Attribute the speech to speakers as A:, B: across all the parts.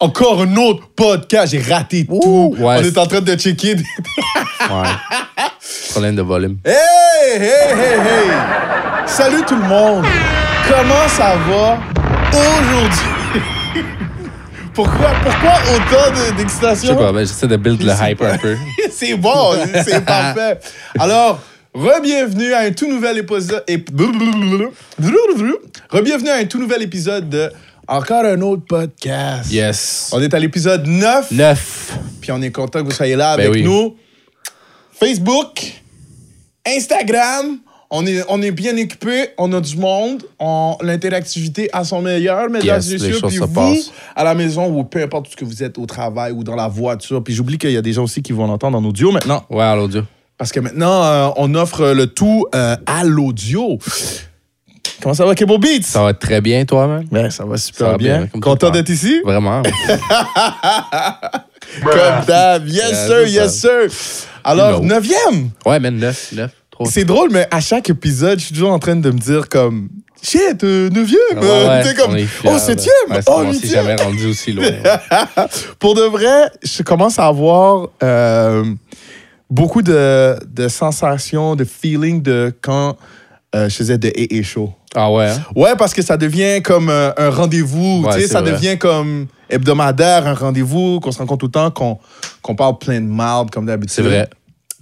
A: encore un autre podcast. J'ai raté tout.
B: ouais,
A: On est
B: c'est-
A: en train de checker. des-
B: Ouais. Problème de volume.
A: hey, hey, hey, hey. Salut tout le monde. Comment ça va aujourd'hui? pourquoi, pourquoi autant de-
B: Je
A: d'excitation?
B: sais pas, ben, j'essaie de build le hype un peu.
A: c'est bon, c'est parfait. Alors, re-bienvenue à un tout nouvel épisode. Re-bienvenue à un tout nouvel épisode de Encore un autre podcast.
B: Yes.
A: On est à l'épisode 9,
B: Oh, Neuf.
A: puis on est content que vous soyez là
B: Ben
A: avec
B: oui.
A: nous. Facebook, Instagram, on est, on est bien équipé, on a du monde, on- l'interactivité à son meilleur, mesdames
B: Yes,
A: et
B: les
A: messieurs.
B: choses
A: Puis
B: se
A: vous,
B: passent.
A: à la maison ou peu importe ce que vous êtes, au travail ou dans la voiture. Puis j'oublie qu'il y a des gens aussi qui vont l'entendre en audio maintenant.
B: Ouais, à l'audio.
A: Parce que maintenant, euh, on offre le tout euh, à l'audio. Comment ça va, Kebo Beats?
B: Ça va très bien, toi, man?
A: Ben, ça va super
B: Ça va
A: bien.
B: bien, comme
A: Content
B: tout le temps.
A: d'être ici?
B: Vraiment.
A: Comme d'hab. Yes,
B: Yeah,
A: sir,
B: c'est
A: yes, sir. Alors,
B: No.
A: neuvième.
B: Ouais, man, neuf, neuf, trop.
A: C'est drôle, mais à chaque épisode, je suis toujours en train de me dire comme... Shit, euh, neuvième.
B: Ouais,
A: euh,
B: Ah ouais,
A: tu sais, comme,
B: on est fiers,
A: oh,
B: là.
A: septième.
B: Ouais, c'est
A: oh,
B: qu'on s'est
A: huitième.
B: jamais rendu aussi loin.
A: Pour de vrai, je commence à avoir euh, beaucoup de, de sensations, de feelings de quand euh, je faisais de et Show.
B: Ah ouais, hein?
A: Ouais, parce que ça devient comme euh, un rendez-vous, tu
B: Ouais,
A: sais,
B: c'est
A: ça
B: vrai.
A: devient comme hebdomadaire, un rendez-vous, qu'on se rencontre tout le temps, qu'on qu'on parle plein de marde comme d'habitude.
B: c'est vrai.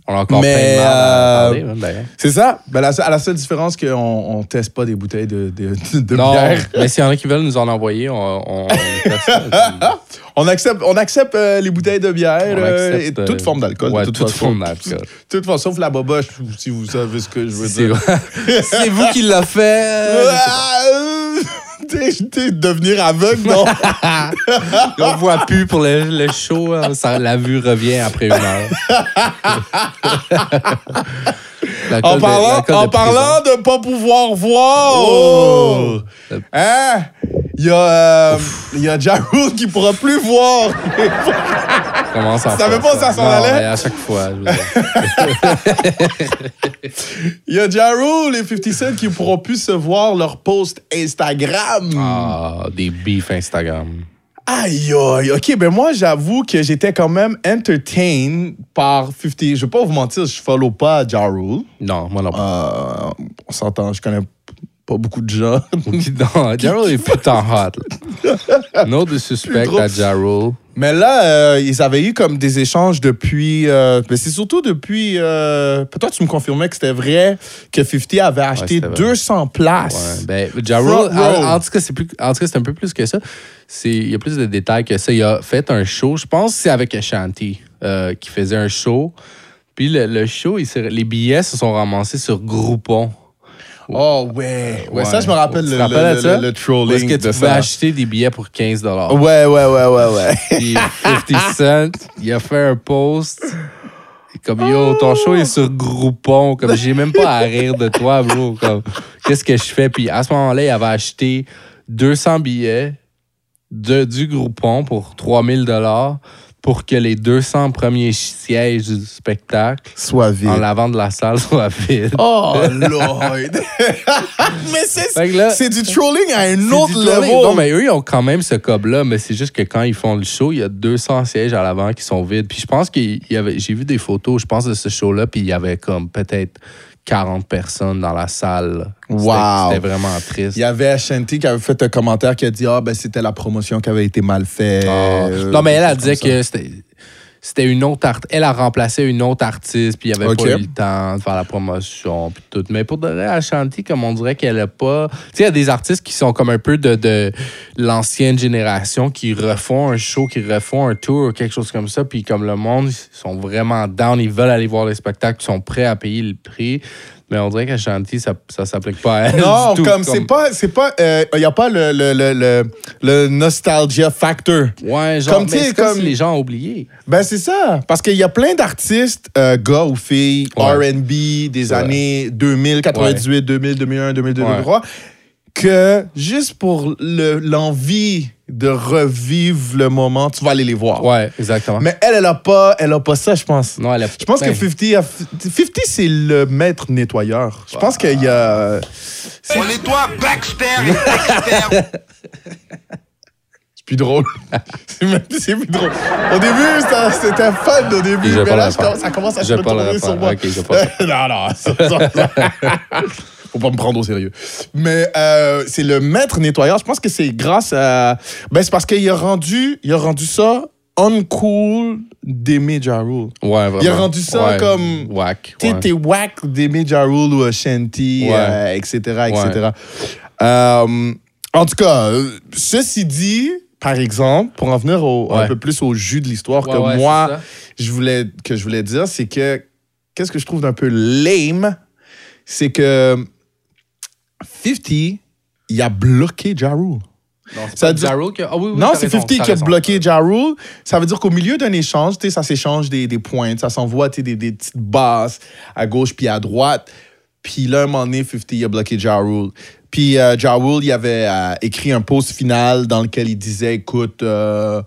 B: On a encore
A: Mais,
B: plein de mal à
A: euh,
B: parler, man, d'ailleurs.
A: C'est ça. Ben, la, se- à la seule différence qu'on on teste pas des bouteilles de, de, de
B: Non,
A: bière.
B: mais s'il y en a qui veulent nous en envoyer, on, on, on teste ça.
A: On accepte, on accepte euh, les bouteilles de bière
B: On
A: euh,
B: accepte,
A: et
B: euh,
A: toute forme d'alcool.
B: ouais,
A: de toute,
B: toute
A: façon.
B: forme d'alcool.
A: Toute forme, sauf la boboche, si vous savez ce que je veux
B: C'est
A: dire.
B: c'est vous qui l'a fait.
A: Ah, euh, t'es- t'es- devenir aveugle, non?
B: On voit plus pour le, le show. hein, ça- la vue revient après une heure. L'alcool
A: En
B: de-
A: parlant,
B: l'alcool
A: en
B: de
A: parlant de pas pouvoir voir.
B: Oh!
A: Hein? Il y a, euh, il y a Ja Rule qui pourra plus voir.
B: prison commence à
A: Tu savais
B: faire
A: pas ça s'en
B: Non,
A: allait?
B: mais À chaque fois. je veux dire.
A: Il y a Ja Rule et 50 Cent qui pourront plus se voir leur post Instagram.
B: Ah, des beefs Instagram.
A: Aïe, aïe. OK, ben moi, j'avoue que j'étais quand même entertained par 50. Je vais pas vous mentir, je follow pas Ja Rule.
B: Non, moi non. pas.
A: Euh, on s'entend, je connais pas beaucoup de gens.
B: non, Jarrell est putain hot. là. No de suspect
A: drôle.
B: à Jarrell.
A: Mais là, euh, ils avaient eu comme des échanges depuis. euh, mais c'est surtout depuis. euh, Peut-être tu me confirmais que c'était vrai que 50 avait acheté
B: c'était vrai.
A: 200 places.
B: Ouais, ben, Ja
A: Front
B: Rule,
A: row.
B: en, en tout cas, c'est plus, en tout cas, c'est un peu plus que ça. C'est- Il y a plus de détails que ça. Il a fait un show, je pense que c'est avec Ashanti, euh, qui faisait un show. Puis le, le show, il s'est- les billets se sont ramassés sur Groupon.
A: Oh, ouais. ouais.
B: Ouais.
A: ça, je me rappelle
B: Tu
A: le,
B: te
A: le-
B: rappelles
A: le-
B: de ça?
A: le
B: Où Est-ce
A: trolling
B: que tu
A: de
B: pouvais
A: ça.
B: acheter des billets pour 15
A: Ouais, ouais, ouais, ouais, ouais.
B: Puis 50 Cent, il a fait un post. Comme yo, ton show est sur Groupon. Comme j'ai même pas à rire de toi, bro. Comme qu'est-ce que je fais? Puis à ce moment-là, il avait acheté 200 billets de, du Groupon pour 3000 pour que les 200 premiers sièges du spectacle
A: Sois vite.
B: en l'avant de la salle soient vides.
A: Oh, Lord. mais c'est
B: Fait que là-
A: c'est du trolling à un
B: C'est
A: autre
B: du tourné.
A: level.
B: Non, mais eux, ils ont quand même ce cob-là, mais c'est juste que quand ils font le show, il y a 200 sièges à l'avant qui sont vides. Puis je pense qu'il y avait. J'ai vu des photos, je pense, de ce show-là, puis il y avait comme peut-être 40 personnes dans la salle. C'était-
A: Wow.
B: C'était vraiment triste.
A: Il y avait Ashanti qui avait fait un commentaire qui a dit Ah, ben c'était la promotion qui avait été mal faite.
B: Ah.
A: Euh,
B: non, mais elle, elle disait que c'était. C'était une autre art- Elle a remplacé une autre artiste, puis il n'y avait
A: Ok.
B: pas eu le temps de faire la promotion, puis tout. Mais pour donner à Chanty, comme on dirait qu'elle a pas. Tu sais, il y a des artistes qui sont comme un peu de, de l'ancienne génération, qui refont un show, qui refont un tour, quelque chose comme ça, puis comme le monde, ils sont vraiment down, ils veulent aller voir les spectacles, ils sont prêts à payer le prix. Mais on dirait qu'à Chanty, ça ne s'applique pas à elle.
A: Non,
B: du tout,
A: comme c'est pas. c'est pas, Il n'y a pas le, le, le, le, le nostalgia factor.
B: Ouais, genre,
A: Comme,
B: mais
A: tu sais,
B: c'est comme
A: comme-
B: si les gens ont oublié.
A: Ben, c'est ça. Parce qu'il y a plein d'artistes, euh, gars ou filles,
B: Ouais.
A: RB des
B: C'est vrai.
A: années 2000, 98, 2000, 2001, 2002,
B: Ouais.
A: 2003, que juste pour le- l'envie de revivre le moment, tu vas aller les voir.
B: Ouais, exactement.
A: Mais elle, elle a pas, elle a pas ça, je pense.
B: non, elle a-
A: Je pense que
B: Ben,
A: 50, a- 50 c'est le maître nettoyeur. Je pense qu'il y a.
C: On nettoie Baxter et Dexter.
A: plus drôle. c'est même- c'est plus drôle. Au début, ça- c'était fun au début,
B: Je vais
A: mais
B: pas
A: là,
B: le
A: je
B: faire.
A: commence- ça commence à se
B: Je vais pas le
A: retourner sur
B: faire.
A: moi.
B: Ok, je vais pas le
A: non, non. ça- ça- ça- Faut pas me prendre au sérieux. Mais euh, c'est le maître nettoyeur. Je pense que c'est grâce à. Ben, c'est parce qu'il a rendu, il a rendu ça uncool d'aimer Ja Rule.
B: Ouais, vraiment.
A: Il a rendu ça
B: Ouais,
A: comme-
B: Whack.
A: T'es
B: ouais.
A: t'es whack d'aimer Ja Rule ou Ashanti,
B: Ouais.
A: euh, etc., etc. Euh, en tout cas, euh, ceci dit, par exemple, pour en venir au- un
B: Ouais.
A: peu plus au jus de l'histoire
B: Ouais,
A: que
B: ouais,
A: moi,
B: c'est ça.
A: je voulais, que je voulais dire, c'est que qu'est-ce que je trouve d'un peu lame, c'est que 50, il a bloqué Ja Rule.
B: Non, c'est
A: ça
B: pas
A: dit-
B: Ja Rule qui a- Ah oui, oui,
A: Non,
B: t'as
A: c'est
B: raison,
A: 50
B: t'as
A: qui a
B: raison.
A: bloqué Ja Rule. Ça veut dire qu'au milieu d'un échange, tu sais, ça s'échange des, des pointes, ça s'envoie tu sais, des, des petites basses à gauche puis à droite. Puis là, un moment donné, 50 il a bloqué Ja Rule. Puis euh, Ja Rule, il avait euh, écrit un post final dans lequel il disait Écoute, euh,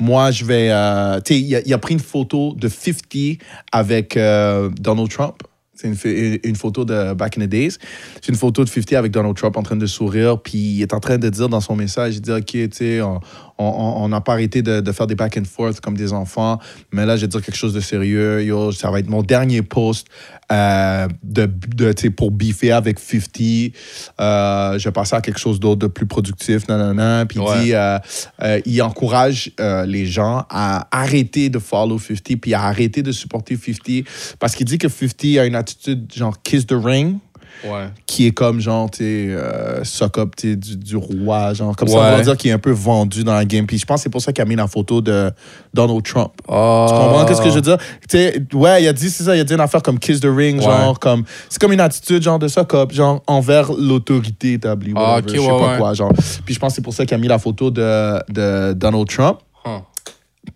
A: moi, je vais. euh, tu sais, il a, il a pris une photo de 50 avec euh, Donald Trump. C'est une, fi- une photo de Back in the Days. C'est une photo de 50 avec Donald Trump en train de sourire. Puis il est en train de dire dans son message il dit, OK, tu sais, on- on on n'a pas arrêté de, de faire des back and forth comme des enfants. Mais là, je vais dire quelque chose de sérieux. Yo, ça va être mon dernier post euh, de, de, tu sais, pour biffer avec 50. Euh, je vais passer à quelque chose d'autre de plus productif. Nanana. Puis il
B: Ouais.
A: dit euh, euh, il encourage euh, les gens à arrêter de follow 50 puis à arrêter de supporter 50 parce qu'il dit que 50 a une attitude genre kiss the ring
B: Ouais.
A: qui est comme genre, tu sais, euh, sock up, tu sais, du, du roi, genre, comme ça,
B: Ouais.
A: on va dire qu'il est un peu vendu dans la game. Puis je pense que c'est pour ça qu'il a mis la photo de Donald Trump.
B: Oh.
A: Tu comprends qu'est-ce que je veux dire? Tu sais, ouais, il a dit, c'est ça, il a dit une affaire comme kiss the ring,
B: Ouais.
A: genre, comme, c'est comme une attitude, genre, de sock up, genre, envers l'autorité établie,
B: Ah,
A: whatever,
B: ok,
A: je sais
B: ouais,
A: pas
B: ouais.
A: quoi, genre. Puis je pense que c'est pour ça qu'il a mis la photo de, de Donald Trump.
B: Huh.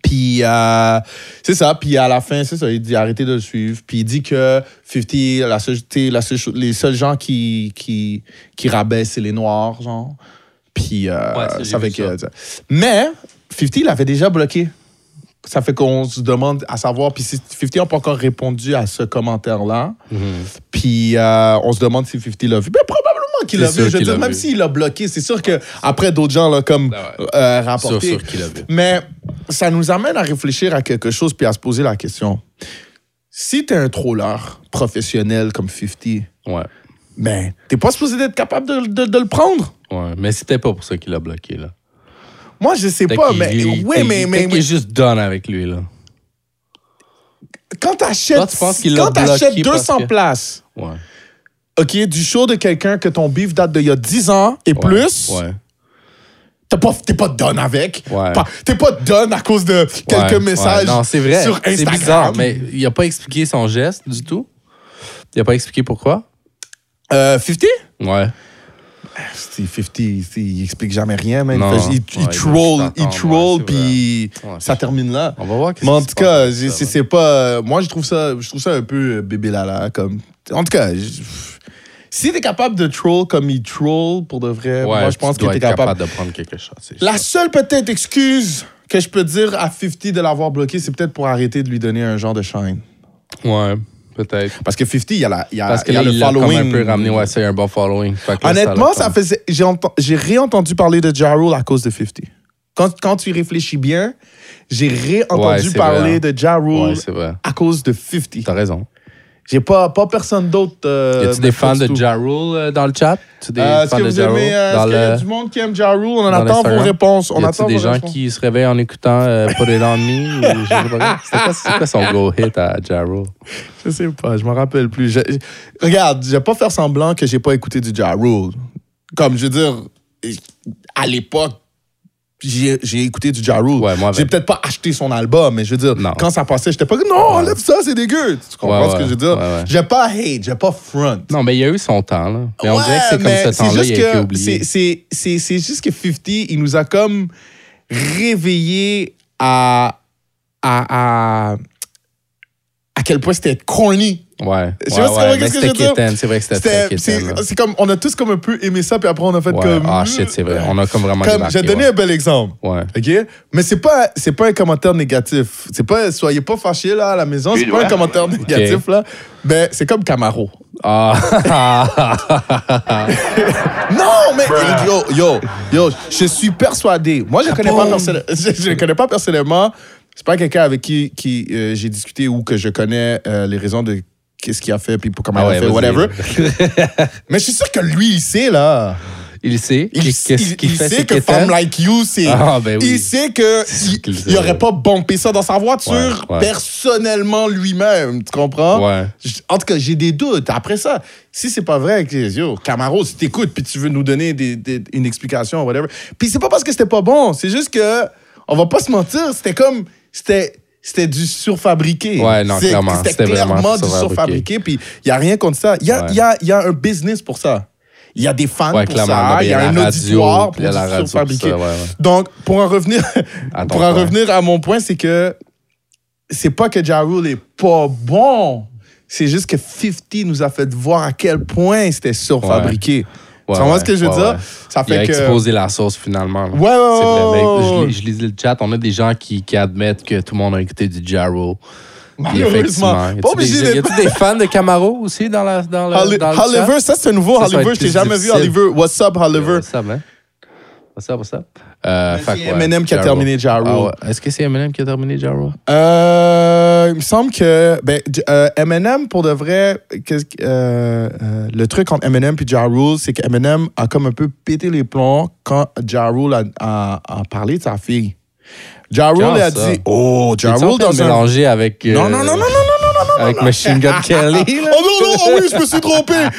A: Puis euh, c'est ça. Puis à la fin, c'est ça. Il dit arrêtez de le suivre. Puis il dit que 50, la seule, t'sais, la seule cho- les seuls gens qui, qui, qui rabaissent, c'est les Noirs, genre. Puis euh,
B: Ouais, ça, j'ai
A: ça fait
B: vu
A: que. Mais 50 l'avait déjà bloqué. Ça fait qu'on se demande à savoir. Puis si 50 n'a pas encore répondu à ce commentaire-là.
B: Mhm.
A: Puis euh, on se demande si 50 l'a vu. Ben, probablement qu'il
B: C'est
A: l'a vu.
B: sûr
A: Je veux
B: qu'il
A: dire,
B: l'a
A: même
B: vu.
A: s'il l'a bloqué, c'est sûr qu'après, d'autres gens l'ont comme
B: Ah ouais.
A: euh,
B: Sûr,
A: rapporté.
B: sûr qu'il a vu.
A: Mais ça nous amène à réfléchir à quelque chose puis à se poser la question. Si t'es un troller professionnel comme 50,
B: Ouais.
A: ben, t'es pas supposé d'être capable de, de- de le prendre.
B: Ouais. Mais c'était pas pour ça qu'il a bloqué, là.
A: Moi, je sais
B: Peut-être
A: pas,
B: qu'il-
A: mais oui,
B: peut-être-
A: mais,
B: peut-être
A: mais,
B: qu'il est juste done avec lui, là.
A: mais quand t'achètes,
B: Toi, tu penses qu'il l'a
A: quand t'achètes
B: bloqué parce
A: 200
B: que-
A: places,
B: Ouais.
A: OK, du show de quelqu'un que ton bif date d'il y a 10 ans et
B: Ouais.
A: plus,
B: Ouais.
A: t'es pas, t'es pas done avec.
B: Ouais.
A: Pas- T'es pas done à cause de quelques
B: Ouais, ouais.
A: messages
B: Non, c'est vrai.
A: sur Instagram.
B: C'est bizarre, mais il a pas expliqué son geste du tout. Il a pas expliqué pourquoi.
A: Euh, 50?
B: Ouais.
A: Steve 50, c'est- il explique jamais rien, man.
B: Non.
A: Il fait- il, il
B: Ouais, il
A: troll,
B: doit
A: il
B: s'attendre,
A: troll,
B: ouais, c'est
A: puis
B: Ouais,
A: ça
B: c'est-
A: termine là.
B: On va voir. qu'est-ce
A: Mais en
B: qui
A: tout
B: se passe
A: cas,
B: avec
A: j'ai-
B: ça,
A: c'est
B: là.
A: c'est pas. euh, Moi, je trouve ça, je trouve ça un peu euh, bébé lala. Comme, en tout cas, je- si t'es capable de troll comme il troll pour de vrai,
B: Ouais,
A: moi, je
B: tu
A: pense que
B: dois
A: t'es
B: être
A: capable.
B: de prendre quelque chose. c'est
A: La
B: sûr.
A: seule peut-être excuse que je peux dire à 50 de l'avoir bloqué, c'est peut-être pour arrêter de lui donner un genre de shine.
B: Ouais, peut-être.
A: Parce que 50, il y a, la, il y a,
B: Parce que
A: il y a le
B: là, Ah, il l'a comme
A: following.
B: un peu ramené. Ouais, c'est un bon following. Fait que là,
A: Honnêtement, ça
B: l'attend.
A: faisait. J'ai, enten- j'ai réentendu parler de Ja Rule à cause de 50. Quand, quand tu y réfléchis bien, j'ai réentendu
B: Ouais, c'est
A: parler
B: vrai. hein.
A: de Ja Rule
B: Ouais, c'est vrai.
A: à cause de 50.
B: T'as raison.
A: J'ai pas, pas personne d'autre. euh,
B: Y a-tu des
A: me
B: fans
A: force
B: de
A: tout.
B: Ja Rule euh, dans le chat? Tu des
A: Euh, est-ce
B: fans
A: que
B: de
A: vous
B: Ja Rule
A: aimez. euh,
B: dans
A: est-ce qu'il y a
B: le-
A: du monde qui aime Ja Rule? On en
B: dans
A: attend vos
B: l'Instagram?
A: réponses. On
B: y
A: attend
B: a-tu des
A: vos
B: gens
A: réponses.
B: qui se réveillent en écoutant euh, Put It On Me? ou je sais pas. C'était quoi- C'était quoi son go hit à Ja Rule?
A: Je sais pas, je m'en rappelle plus. Je- je- regarde, je vais pas faire semblant que j'ai pas écouté du Ja Rule. Comme, je veux dire, à l'époque, j'ai j'ai écouté du Ja Rule.
B: Ouais, moi avec.
A: j'ai peut-être pas acheté son album, mais je veux dire,
B: Non.
A: quand ça passait, j'étais pas comme, non, enlève ça, c'est dégueu. Tu comprends
B: Ouais,
A: ce que je veux
B: ouais,
A: dire?
B: ouais, ouais.
A: J'ai pas hate, j'ai pas front.
B: Non, mais il y a eu son temps, là. Mais on
A: Ouais,
B: dirait que c'est
A: mais
B: comme ce temps-là,
A: juste
B: il a été
A: que
B: oublié.
A: c'est- c'est- C'est c'est juste que 50, il nous a comme réveillé à, à, à, à quel point c'était corny.
B: Ouais.
A: Je sais pas si
B: ouais, ouais,
A: tu comprends
B: mais
A: ce que je
B: c'était
A: veux dire.
B: quétaine, C'est vrai que c'était très
A: C'était-
B: quétaine. là.
A: C'est c'est comme, on a tous comme un peu aimé ça, puis après on a fait
B: Ouais.
A: comme. euh,
B: Ah, shit, c'est vrai. On a comme vraiment
A: Comme, j'ai
B: débarqué,
A: donné
B: ouais.
A: un bel exemple.
B: Ouais.
A: OK? Mais c'est pas, c'est pas un commentaire négatif. C'est pas, soyez pas fâchés là à la maison, c'est
C: Oui,
A: pas un
C: ouais.
A: commentaire négatif là. Mais Ben, c'est comme Camaro.
B: Ah.
A: Non, mais yo, yo, yo, je suis persuadé. Moi, je ne connais, pas personnel- je, je connais pas personnellement. C'est pas quelqu'un avec qui, qui euh, j'ai discuté ou que je connais euh, les raisons de qu'est-ce qu'il a fait, puis comment
B: Ah
A: il a
B: ouais,
A: fait,
B: vas-y.
A: whatever. mais je suis sûr que lui, il sait, là.
B: il sait.
A: Il,
B: Qu'est-ce
A: il-
B: qu'il
A: il
B: fait?
A: sait
B: c'est
A: que
B: qu'il
A: Femme
B: était-
A: Like You, c'est...
B: Ah, ben oui.
A: Il sait que
B: sûr qu'il
A: il-
B: sait,
A: il aurait
B: ouais.
A: pas bombé ça dans sa voiture
B: Ouais, ouais.
A: personnellement lui-même, tu comprends?
B: Ouais.
A: J- En tout cas, j'ai des doutes. Après ça, si c'est pas vrai, que, yo, Camaro, si t'écoutes puis tu veux nous donner des- des- une explication, whatever. Puis c'est pas parce que c'était pas bon, c'est juste que, on va pas se mentir, c'était comme, c'était, c'était du surfabriqué.
B: Ouais, non,
A: C'est-
B: clairement,
A: C'était
B: c'était vraiment
A: clairement du surfabriqué,
B: surfabriqué.
A: puis il y a rien contre ça. Il y a,
B: Ouais.
A: il y a- il y a un business pour ça. Il y a des fans
B: Ouais,
A: pour
B: clairement. Non,
A: ça,
B: mais
A: il y a,
B: la
A: un
B: radio,
A: auditoire pour
B: puis il y a
A: du
B: la radio pour
A: surfabriqué.
B: ça, ouais, ouais.
A: Donc, pour en revenir,
B: À ton
A: pour en
B: point.
A: revenir à mon point, c'est que c'est pas que Ja Rule est pas bon. C'est juste que 50 nous a fait voir à quel point c'était surfabriqué. Tu
B: Ouais,
A: comprends
B: ouais,
A: ce que je veux
B: ouais,
A: dire?
B: ouais.
A: Ça
B: Il a
A: fait que.
B: exposé la sauce finalement. là.
A: Ouais, ouais,
B: C'est vrai,
A: ouais,
B: mais
A: ouais, ouais.
B: je, lis- je lisais le chat, on a des gens qui, qui admettent que tout le monde a écouté du Jarrow.
A: Malheureusement. Pas obligé
B: Y
A: d'être.
B: a-tu des fans de Camaro aussi dans, la, dans le,
A: Holli-
B: dans le
A: Holliver, ça c'est un nouveau
B: Ça, ça va
A: Holliver.
B: être
A: Je t'ai
B: plus
A: jamais vu
B: difficile.
A: Holliver. What's up,
B: chat?
A: Holliver?
B: What's up, hein? What's up, what's up? Euh, fait
A: c'est
B: que, ouais,
A: Eminem qui a
B: Ja
A: terminé Ja Rule.
B: Ah ouais. Est-ce que c'est Eminem qui a terminé Jarrow?
A: Euh, il me semble que ben, J- euh, Eminem, pour de vrai, qu'est-ce que- euh, euh, le truc entre Eminem et Ja Rule, c'est qu'Eminem a comme un peu pété les plombs quand Ja Rule a, a- a parlé de sa fille. Ja Rule
B: Quand
A: a
B: ça?
A: dit Oh, Ja
B: Ils sont
A: Rule dans un.
B: mélangé avec. euh,
A: Non, non, non, non, non, non, non, non, non.
B: Avec Machine Gun Kelly.
A: Oh
B: là.
A: non, non, oh oui, je me suis trompé.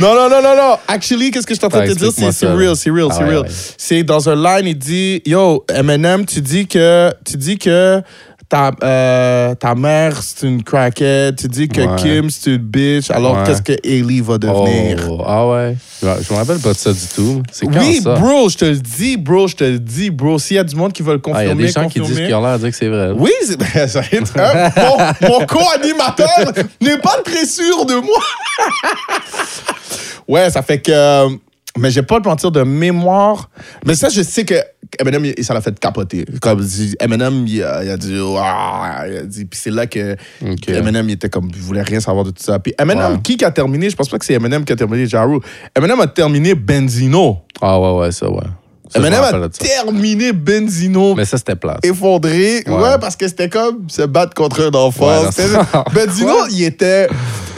A: non, non, non, non, non. Actually, qu'est-ce que je suis en train de te dire?
B: Explique-moi
A: C'est c'est
B: ça, là.
A: real, c'est real,
B: Ah
A: c'est
B: ouais,
A: real.
B: ouais.
A: C'est dans un line, il dit Yo, Eminem, tu dis que, tu dis que ta, euh, ta mère, c'est une crackhead. Tu dis que
B: Ouais.
A: Kim, c'est une bitch. Alors,
B: Ouais.
A: qu'est-ce que Ellie va devenir?
B: Oh, ah ouais. Je je me rappelle pas de ça du tout. C'est quand
A: Oui,
B: ça?
A: bro, je te le dis, bro, je te le dis, bro. S'il y a du monde qui veut le
B: Ah,
A: confirmer,
B: Il y a des gens qui disent
A: confirmer.
B: qu'ils ont l'air de dire que c'est vrai.
A: Oui, c'est- ben, ça va être- hein, mon, mon co-animateur n'est pas très sûr de moi. ouais, ça fait que. euh, Mais j'ai pas de mentir de mémoire. Mais ça, je sais que Eminem, il- ça l'a fait capoter. Comme dit, Eminem, il a, il a dit. Ouah il a dit. Puis c'est là que
B: Ok.
A: Eminem, il était comme. Il voulait rien savoir de tout ça. Puis Eminem,
B: Ouais.
A: qui qui a terminé Je pense pas que c'est Eminem qui a terminé Ja Rule. Eminem a terminé Benzino.
B: Ah ouais, ouais, ça, ouais. Ça, je me
A: Eminem a
B: rappelle de ça.
A: terminé Benzino
B: Mais ça, c'était plate.
A: effondré. Ouais,
B: Ouais.
A: parce que c'était comme se battre contre un enfant.
B: Ouais, non,
A: C'était-
B: ça-
A: Bedino, il était.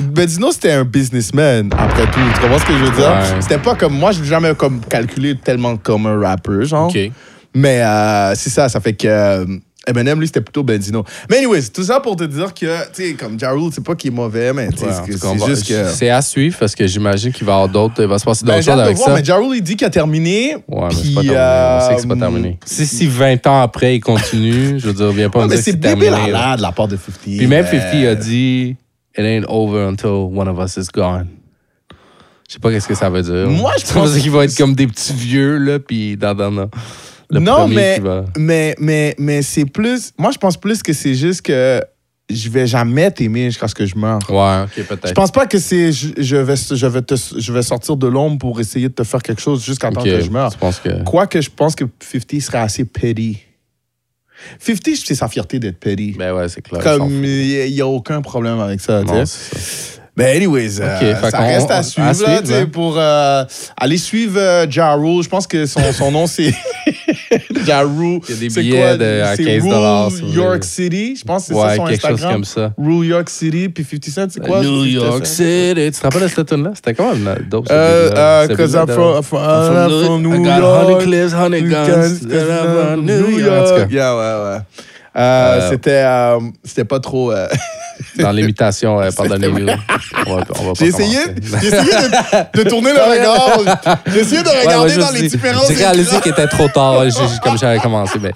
A: Bedino, c'était un businessman, après tout. Tu comprends ce que je veux dire?
B: Ouais.
A: C'était pas comme. Moi, je l'ai jamais comme calculé tellement comme un rappeur, genre.
B: OK.
A: Mais euh, c'est ça, ça fait que. euh, Eminem, lui, c'était plutôt Benzino. Mais anyways, tout ça pour te dire que, tu sais, comme Ja Rule, c'est pas qu'il est mauvais, mais tu sais,
B: Ouais, en
A: c'est
B: tout
A: que-
B: cas, on
A: c'est
B: va-
A: juste que...
B: C'est à suivre parce que j'imagine qu'il va y avoir d'autres. Il va se passer
A: Ben,
B: d'autres
A: j'ai
B: choses
A: hâte de
B: avec
A: voir,
B: ça.
A: mais Ja Rule, il dit qu'il a terminé.
B: Ouais, mais
A: puis,
B: c'est pas terminé.
A: euh,
B: on sait que c'est pas terminé. Si, si 20 ans après, il continue, je veux dire, viens pas
A: Ouais,
B: me
A: mais
B: dire
A: c'est
B: que c'est
A: débile
B: terminé.
A: à
B: là.
A: la- de la part de euh, 50.
B: Puis même
A: mais-
B: 50 a dit It ain't over until one of us is gone. Je sais pas qu'est-ce que ça veut dire.
A: Moi, je
B: Ça
A: pense-
B: veut dire qu'ils vont être comme des petits vieux, là, puis dans, dans, dans- le
A: non,
B: premier
A: mais,
B: qui va.
A: mais, mais, mais c'est plus. Moi, je pense plus que c'est juste que je vais jamais t'aimer jusqu'à ce que je meurs.
B: Ouais, ok,
A: Je
B: peut-être.
A: pense pas que c'est je, je vais, je, vais te, je vais sortir de l'ombre pour essayer de te faire quelque chose jusqu'à temps
B: Ok,
A: que je meurs.
B: Je pense que.
A: Quoique je pense que 50 serait assez petty. 50, c'est sa fierté d'être petty.
B: Ben ouais, c'est clair. on s'en
A: Comme
B: fout.
A: il n'y a aucun problème avec ça. tu sais.
B: Non, c'est ça.
A: Mais anyways, euh,
B: fait
A: ça
B: qu'on-
A: reste à
B: à
A: suivre. là,
B: suivre,
A: tu sais,
B: hein.
A: Pour euh, aller suivre euh, Ja Rule, je pense que son, son nom c'est Ja Rule.
B: Il y a des
A: C'est
B: billets
A: quoi,
B: de- à
A: c'est
B: 15
A: Rule
B: sur
A: York
B: le-
A: City, je pense que c'est ça
B: Ouais,
A: son
B: quelque chose
A: Instagram.
B: comme ça.
A: Rule York City, puis 50 Cent, c'est quoi?
B: New
A: 50
B: York
A: Cent?
B: City. Tu te rappelles de cette tune là C'était quand même dope. ce
A: Euh,
B: beat-là.
A: euh,
B: Ce
A: cause
B: beat-là
A: I'm
B: de-
A: from, from,
B: I'm
A: I'm from New
B: I got
A: York.
B: Honey clips, honey
A: New
B: guns.
A: York.
B: that I'm from New
A: New
B: York. En
A: York.
B: tout
A: Yeah, ouais, ouais. Euh,
B: Euh,
A: c'était, euh, c'était pas trop. euh,
B: cas, Dans l'imitation, euh, pardonnez-nous. On va- on va pas
A: J'ai essayé,
B: commencer.
A: j'ai essayé de, de tourner le regard. J'ai essayé de
B: Ouais,
A: regarder
B: moi, je
A: dans
B: me
A: les
B: suis dit-
A: différents
B: J'ai
A: écrans.
B: réalisé qu'il était trop tard, j'ai- j'ai- comme j'avais commencé. Mais,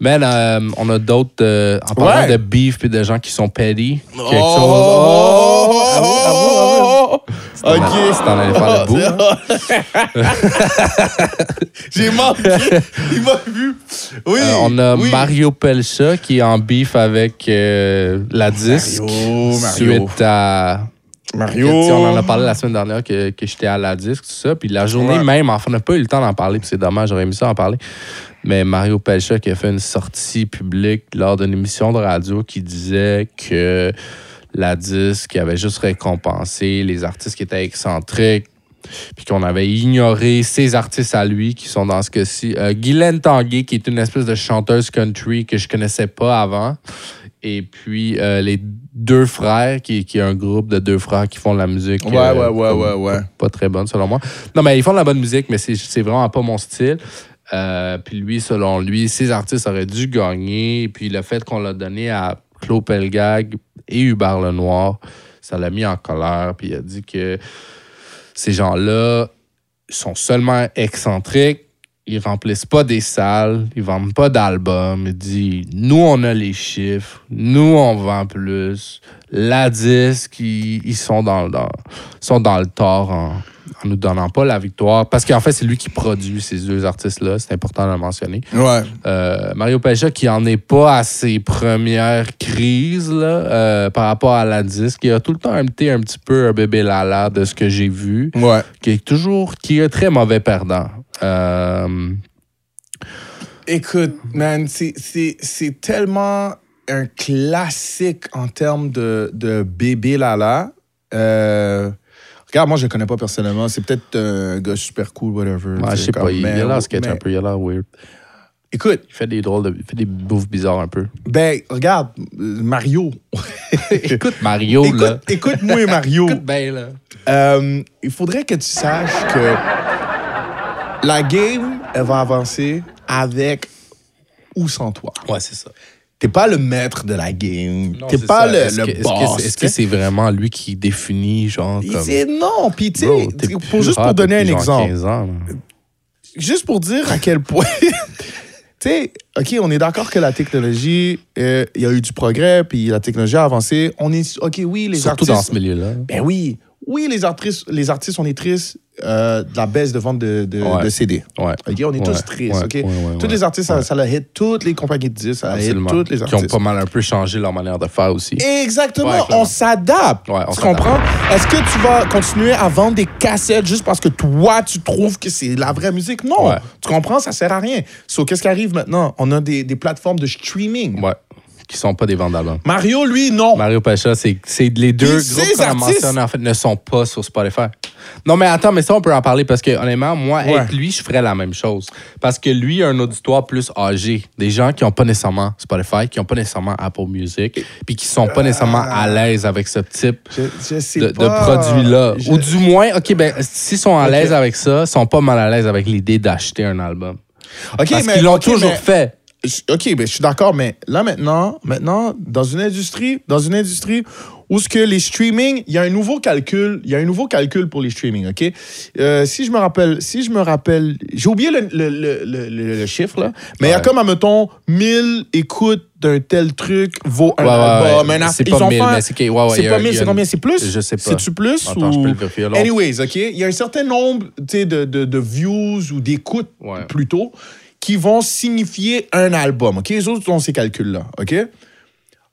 B: Man, euh, on a d'autres. euh, en parlant
A: Ouais.
B: de beef et de gens qui sont petty, quelque
A: Oh,
B: chose.
A: oh,
B: Oh!
A: oh,
B: Avoue, avoue, avoue.
A: oh, oh, oh.
B: t'en allais-
A: Ok.
B: si t'en allais faire le bout,
A: J'ai manqué. Il m'a vu. Oui.
B: Euh, on a
A: oui.
B: Mario Pelcha qui est en beef avec euh, la disque.
A: Mario, Mario.
B: Suite à.
A: Mario.
B: Tu sais, on en a parlé la semaine dernière que, que j'étais à la disque, tout ça. Puis la journée
A: Ouais.
B: même, enfin, on n'a pas eu le temps d'en parler, puis c'est dommage, j'aurais aimé ça en parler. Mais Mario Pelcha qui a fait une sortie publique lors d'une émission de radio qui disait que la 10 qui avait juste récompensé les artistes qui étaient excentriques, puis qu'on avait ignoré ses artistes à lui qui sont dans ce cas-ci. Euh, Guylaine Tanguay, qui est une espèce de chanteuse country que je connaissais pas avant. Et puis euh, les deux frères, qui, qui est un groupe de deux frères qui font de la musique.
A: Ouais,
B: euh,
A: ouais, ouais,
B: comme-
A: ouais, ouais.
B: pas très bonne selon moi. Non, mais ils font de la bonne musique, mais c'est- c'est vraiment pas mon style. Euh, puis lui, selon lui, ces artistes auraient dû gagner. Puis le fait qu'on l'a donné à Claude Pelgag et Hubert Lenoir, ça l'a mis en colère. Puis il a dit que ces gens-là sont seulement excentriques. Ils remplissent pas des salles, ils vendent pas d'albums. Il dit Nous, on a les chiffres, nous, on vend plus. La disque, ils, ils sont dans, le- dans- sont dans le tort en, en nous donnant pas la victoire. Parce qu'en fait, c'est lui qui produit ces deux artistes-là, c'est important de le mentionner.
A: Ouais.
B: Euh, Mario Pelcha qui en est pas à ses premières crises là, euh, par rapport à la disque. Il a tout le temps été un petit peu un bébé lala de ce que j'ai vu,
A: Ouais.
B: qui est toujours qui est très mauvais perdant. Euh,
A: Écoute, man, c'est- c'est c'est tellement un classique en termes de, de bébé Lala. Euh, regarde, moi, je le connais pas personnellement. C'est peut-être euh, un gars super cool, whatever.
B: ouais,
A: tu
B: je sais pas,
A: comme,
B: il a
A: mais- oh,
B: l'air sketch
A: mais-
B: un peu, il a l'air weird.
A: Écoute,
B: Il fait des drôles de. Il fait des bouffes bizarres un peu.
A: ben, regarde, euh, Mario.
B: Écoute Mario là.
A: Écoute- Écoute-moi, Mario.
B: Écoute bien là.
A: Euh, il faudrait que tu saches que la game, elle va avancer avec ou sans toi.
B: Ouais, c'est ça.
A: T'es pas le maître de la game.
B: Non,
A: T'es
B: c'est
A: pas
B: ça.
A: le,
B: Est-ce
A: le
B: que- est-ce que-
A: boss.
B: Est-ce que
A: tu sais.
B: c'est vraiment lui qui définit, genre,
A: Il
B: comme.
A: dit non. Puis, tu
B: Bro,
A: sais,
B: t'es
A: pour,
B: plus
A: juste pour
B: rare
A: donner un
B: depuis genre
A: exemple,
B: 15 ans, là.
A: juste pour dire à quel point. tu sais, OK, on est d'accord que la technologie, euh, il y a eu du progrès, puis la technologie a avancé. On est. OK, oui, les
B: Surtout dans
A: artistes.
B: ce milieu-là.
A: Ben oui. Oui, les artistes, les artistes on est tristes euh, de la baisse de vente de, de,
B: Ouais.
A: de CD.
B: Ouais.
A: OK, on est tous
B: Ouais,
A: tristes.
B: ouais,
A: OK?
B: ouais, ouais,
A: Tous
B: ouais.
A: les artistes, ça, ça l'a hit. Toutes les compagnies de disques, ça l'a hit.
B: Absolument.
A: Toutes les
B: Qui ont
A: artistes.
B: pas mal un peu changé leur manière de faire aussi. Ouais,
A: Exactement,
B: clairement.
A: on s'adapte.
B: Ouais, on
A: tu
B: s'adapte.
A: comprends? Est-ce que tu vas continuer à vendre des cassettes juste parce que toi, tu trouves que c'est la vraie musique? Non.
B: Ouais.
A: Tu comprends? Ça sert à rien. So, qu'est-ce qui arrive maintenant? On a des, des plateformes de streaming.
B: Ouais. Qui sont pas des ventes d'albums.
A: Mario, lui, non.
B: Mario Pacha, c'est c'est les deux
A: Puis
B: groupes
A: ces
B: qu'on a
A: artistes-
B: mentionnés, en fait, ne sont pas sur Spotify. Non, mais attends, mais ça, on peut en parler parce que, honnêtement, moi,
A: Ouais.
B: avec lui, je ferais la même chose. Parce que lui, a un auditoire plus âgé. Des gens qui n'ont pas nécessairement Spotify, qui n'ont pas nécessairement Apple Music, puis qui sont pas nécessairement à l'aise avec ce type
A: Euh, je, je sais
B: de, de
A: pas.
B: produits-là.
A: Je-
B: Ou du moins, OK, ben, s'ils sont à
A: Ok.
B: l'aise avec ça, ils sont pas mal à l'aise avec l'idée d'acheter un album.
A: OK,
B: Parce
A: mais-
B: qu'ils l'ont
A: OK,
B: toujours
A: mais-
B: fait.
A: Je- OK, ben, je suis d'accord, mais là maintenant, maintenant, dans une industrie, dans une industrie où ce que les streaming, il y a un nouveau calcul, il y a un nouveau calcul pour les streaming, OK? Euh, si je me rappelle, si je me rappelle, j'ai oublié le, le- le- le- le- le chiffre, là, mais il y a
B: Ouais.
A: comme, mettons, 1000 écoutes d'un tel truc vaut un
B: Ouais, ouais,
A: album,
B: ouais.
A: un app-
B: C'est
A: ils
B: pas
A: ont
B: 1000,
A: fait un-
B: mais c'est que- Ah ouais, ouais, il
A: c'est
B: y a-
A: pas
B: il
A: 1000,
B: y a
A: c'est combien?
B: une-
A: C'est plus?
B: Je sais pas.
A: C'est-tu plus?
B: Attends, je
A: ou-
B: peux le vérifier, alors.
A: Anyways, OK? Il y a un certain nombre tu sais, de, de, de views ou d'écoutes
B: Ouais.
A: plutôt qui vont signifier un album. OK? Les autres ont ces calculs-là. OK?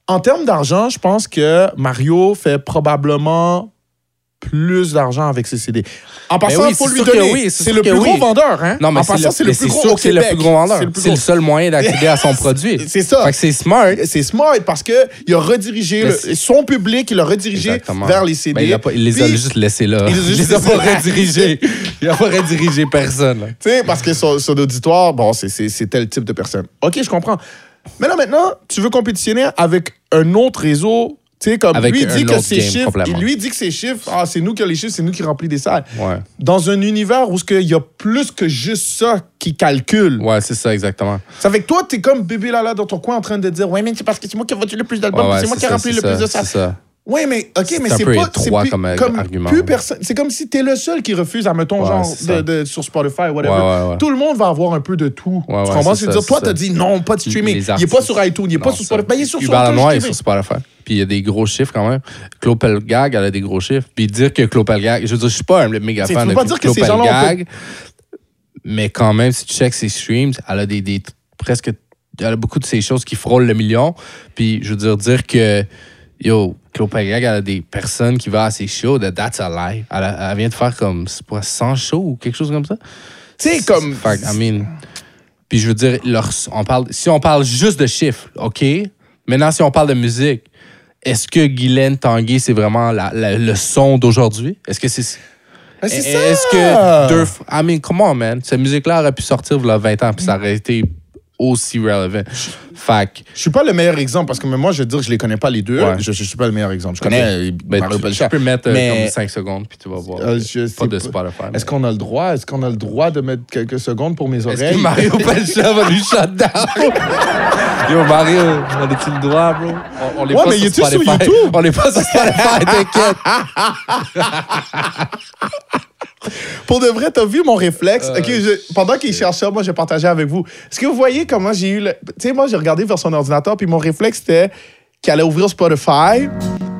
A: En termes d'argent, je pense que Mario fait probablement plus d'argent avec ses CD. En passant, il
B: Ben oui,
A: faut
B: c'est
A: lui
B: sûr que
A: donner.
B: oui, c'est
A: c'est
B: sûr
A: le
B: que
A: plus
B: oui.
A: gros vendeur. Hein?
B: Non, mais
A: en
B: c'est
A: passant,
B: le-
A: c'est le
B: mais
A: plus
B: c'est
A: gros
B: sûr
A: au
B: que c'est le
A: Québec.
B: plus gros vendeur.
A: C'est le plus
B: C'est le
A: gros.
B: seul moyen d'accéder à son produit.
A: C'est ça.
B: Fait que c'est smart.
A: C'est smart parce qu'il a redirigé
B: Mais
A: le-
B: c'est-
A: son public, il a redirigé vers les CD.
B: Ben, il, a pas- il les a
A: Puis,
B: juste laissés là.
A: Il
B: Il
A: les a juste
B: les a pas
A: laissés là.
B: redirigés. Il a pas redirigé personne. là.
A: Tu sais, parce que son, son auditoire, bon, c'est- c'est c'est tel type de personne. OK, je comprends. Mais là, maintenant, tu veux compétitionner avec un autre réseau. Tu sais, comme
B: Avec
A: lui
B: un
A: dit que
B: autre
A: ses
B: game,
A: chiffres,
B: complètement.
A: lui dit que ses chiffres, ah, c'est nous qui avons les chiffres, c'est nous qui remplis des salles.
B: Ouais.
A: Dans un univers où il y a plus que juste ça qui calcule.
B: Ouais, c'est ça, exactement.
A: Ça fait que toi, t'es comme bébé Lala dans ton coin en train de dire Ouais, mais c'est parce que c'est moi qui ai vendu le plus d'albums,
B: Ouais, ouais,
A: c'est moi qui ai
B: ça,
A: rempli le
B: ça,
A: plus de salles.
B: C'est ça.
A: Oui, mais OK,
B: C'est
A: mais
B: un
A: c'est
B: peu
A: pas. C'est
B: étroit
A: plus-
B: comme, euh, argument.
A: plus personne. C'est comme si t'es le seul qui refuse, à mettons,
B: Ouais,
A: genre,
B: c'est
A: de-
B: ça.
A: de- sur Spotify, whatever.
B: Ouais, ouais, ouais.
A: Tout le monde va avoir un peu de tout.
B: Ouais,
A: tu
B: ouais,
A: comprends?
B: c'est
A: C'est
B: ça,
A: dire,
B: c'est
A: toi,
B: ça.
A: t'as dit non, pas de streaming.
B: Les
A: Il est pas
B: artistes.
A: sur iTunes, il est pas
B: Non,
A: sur
B: ça.
A: Spotify. Ben, il est sur
B: Hubert
A: sur-
B: Lenoir est
A: sur-
B: sur Spotify. Puis il y a des gros chiffres quand même. Claude Pelgag, elle a des gros chiffres. Puis dire que Claude Pelgag, je veux dire, je suis pas un méga
A: C'est-
B: fan
A: tu peux
B: de
A: pas dire que
B: Claude
A: ces gens-là ont
B: Pelgag, mais quand même, si tu checks ses streams, elle a des, des- presque. Elle a beaucoup de ces choses qui frôlent le million. Puis je veux dire, dire que. Yo, Claude Pelgag, elle a des personnes qui vont à ses shows de That's a Lie. Elle, a- elle vient de faire comme, c'est pas 100 shows ou quelque chose comme ça.
A: Tu sais, comme.
B: Fait que, I mean, Puis je veux dire, leur- on parle, si on parle juste de chiffres, OK? Maintenant, si on parle de musique, est-ce que Guylaine Tanguay, c'est vraiment la- la- le son d'aujourd'hui? Est-ce que c'est.
A: Ben, c'est ça!
B: Est-ce que deux. f- I mean, come on, man. Cette musique-là aurait pu sortir il y a 20 ans, puis ça aurait été aussi relevant. Fac.
A: Je suis pas le meilleur exemple parce que même moi, je veux dire, je les connais pas les deux.
B: Ouais.
A: Je, je suis pas le meilleur exemple. Je connais
B: Ben,
A: Mario
B: tu, tu
A: Pelcha.
B: peux mettre euh,
A: mais-
B: comme 5 secondes, puis tu vas voir.
A: Euh, je
B: pas
A: sais
B: de
A: pas.
B: Spotify. mais-
A: Est-ce qu'on a le droit? Est-ce qu'on a le droit de mettre quelques secondes pour mes
B: Est-ce que
A: oreilles?
B: Mario Pelcha va lui shut down? Yo, Mario, on a-tu le droit, bro? On, on l'est
A: Ouais,
B: pas
A: mais il
B: sur
A: est-tu sur
B: Spotify.
A: YouTube?
B: On l'est pas sur Spotify, t'inquiète.
A: Pour de vrai, t'as vu mon réflexe?
B: Euh,
A: Ok, je- pendant qu'il cherchait, moi, j'ai partagé avec vous. Est-ce que vous voyez comment j'ai eu le. Tu sais, moi, j'ai regardé vers son ordinateur, puis mon réflexe, c'était qu'il allait ouvrir Spotify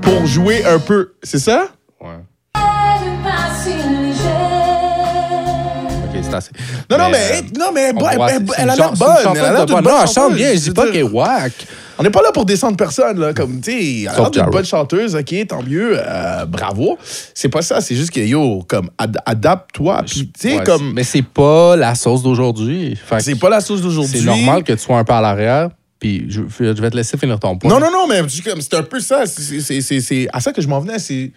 A: pour jouer un peu. C'est ça?
B: Ouais.
C: Une passion légère.
B: Ok, c'est assez.
A: Non, non, mais,
B: euh,
A: hey, non, mais
B: on
A: elle,
B: voit,
A: elle-
B: c'est
A: elle
B: une
A: a l'air
B: chan- c'est
A: bonne.
B: une
A: Elle
B: chanteuse
A: a l'air
B: de
A: d'une
B: bonne-
A: bonne
B: Non, elle chante
A: chanteuse,
B: bien, je dis
A: veux
B: pas
A: dire.
B: qu'elle est whack.
A: On n'est pas là pour descendre personne, là. Comme, tu sais, elle a l'air
B: Sauf
A: d'une
B: Ja Rule.
A: bonne chanteuse, ok, tant mieux, euh, bravo. C'est pas ça, c'est juste que, yo, comme, ad- adapte-toi. Puis, tu sais,
B: Ouais,
A: comme,
B: Mais c'est pas la sauce d'aujourd'hui. Fait que
A: c'est pas la sauce d'aujourd'hui.
B: C'est normal que tu sois un peu à l'arrière, puis je, je vais te laisser finir ton point.
A: Non, non, non, mais je suis comme, c'est un peu ça. C'est- c'est- c'est- C'est c'est à ça que je m'en venais. c'est-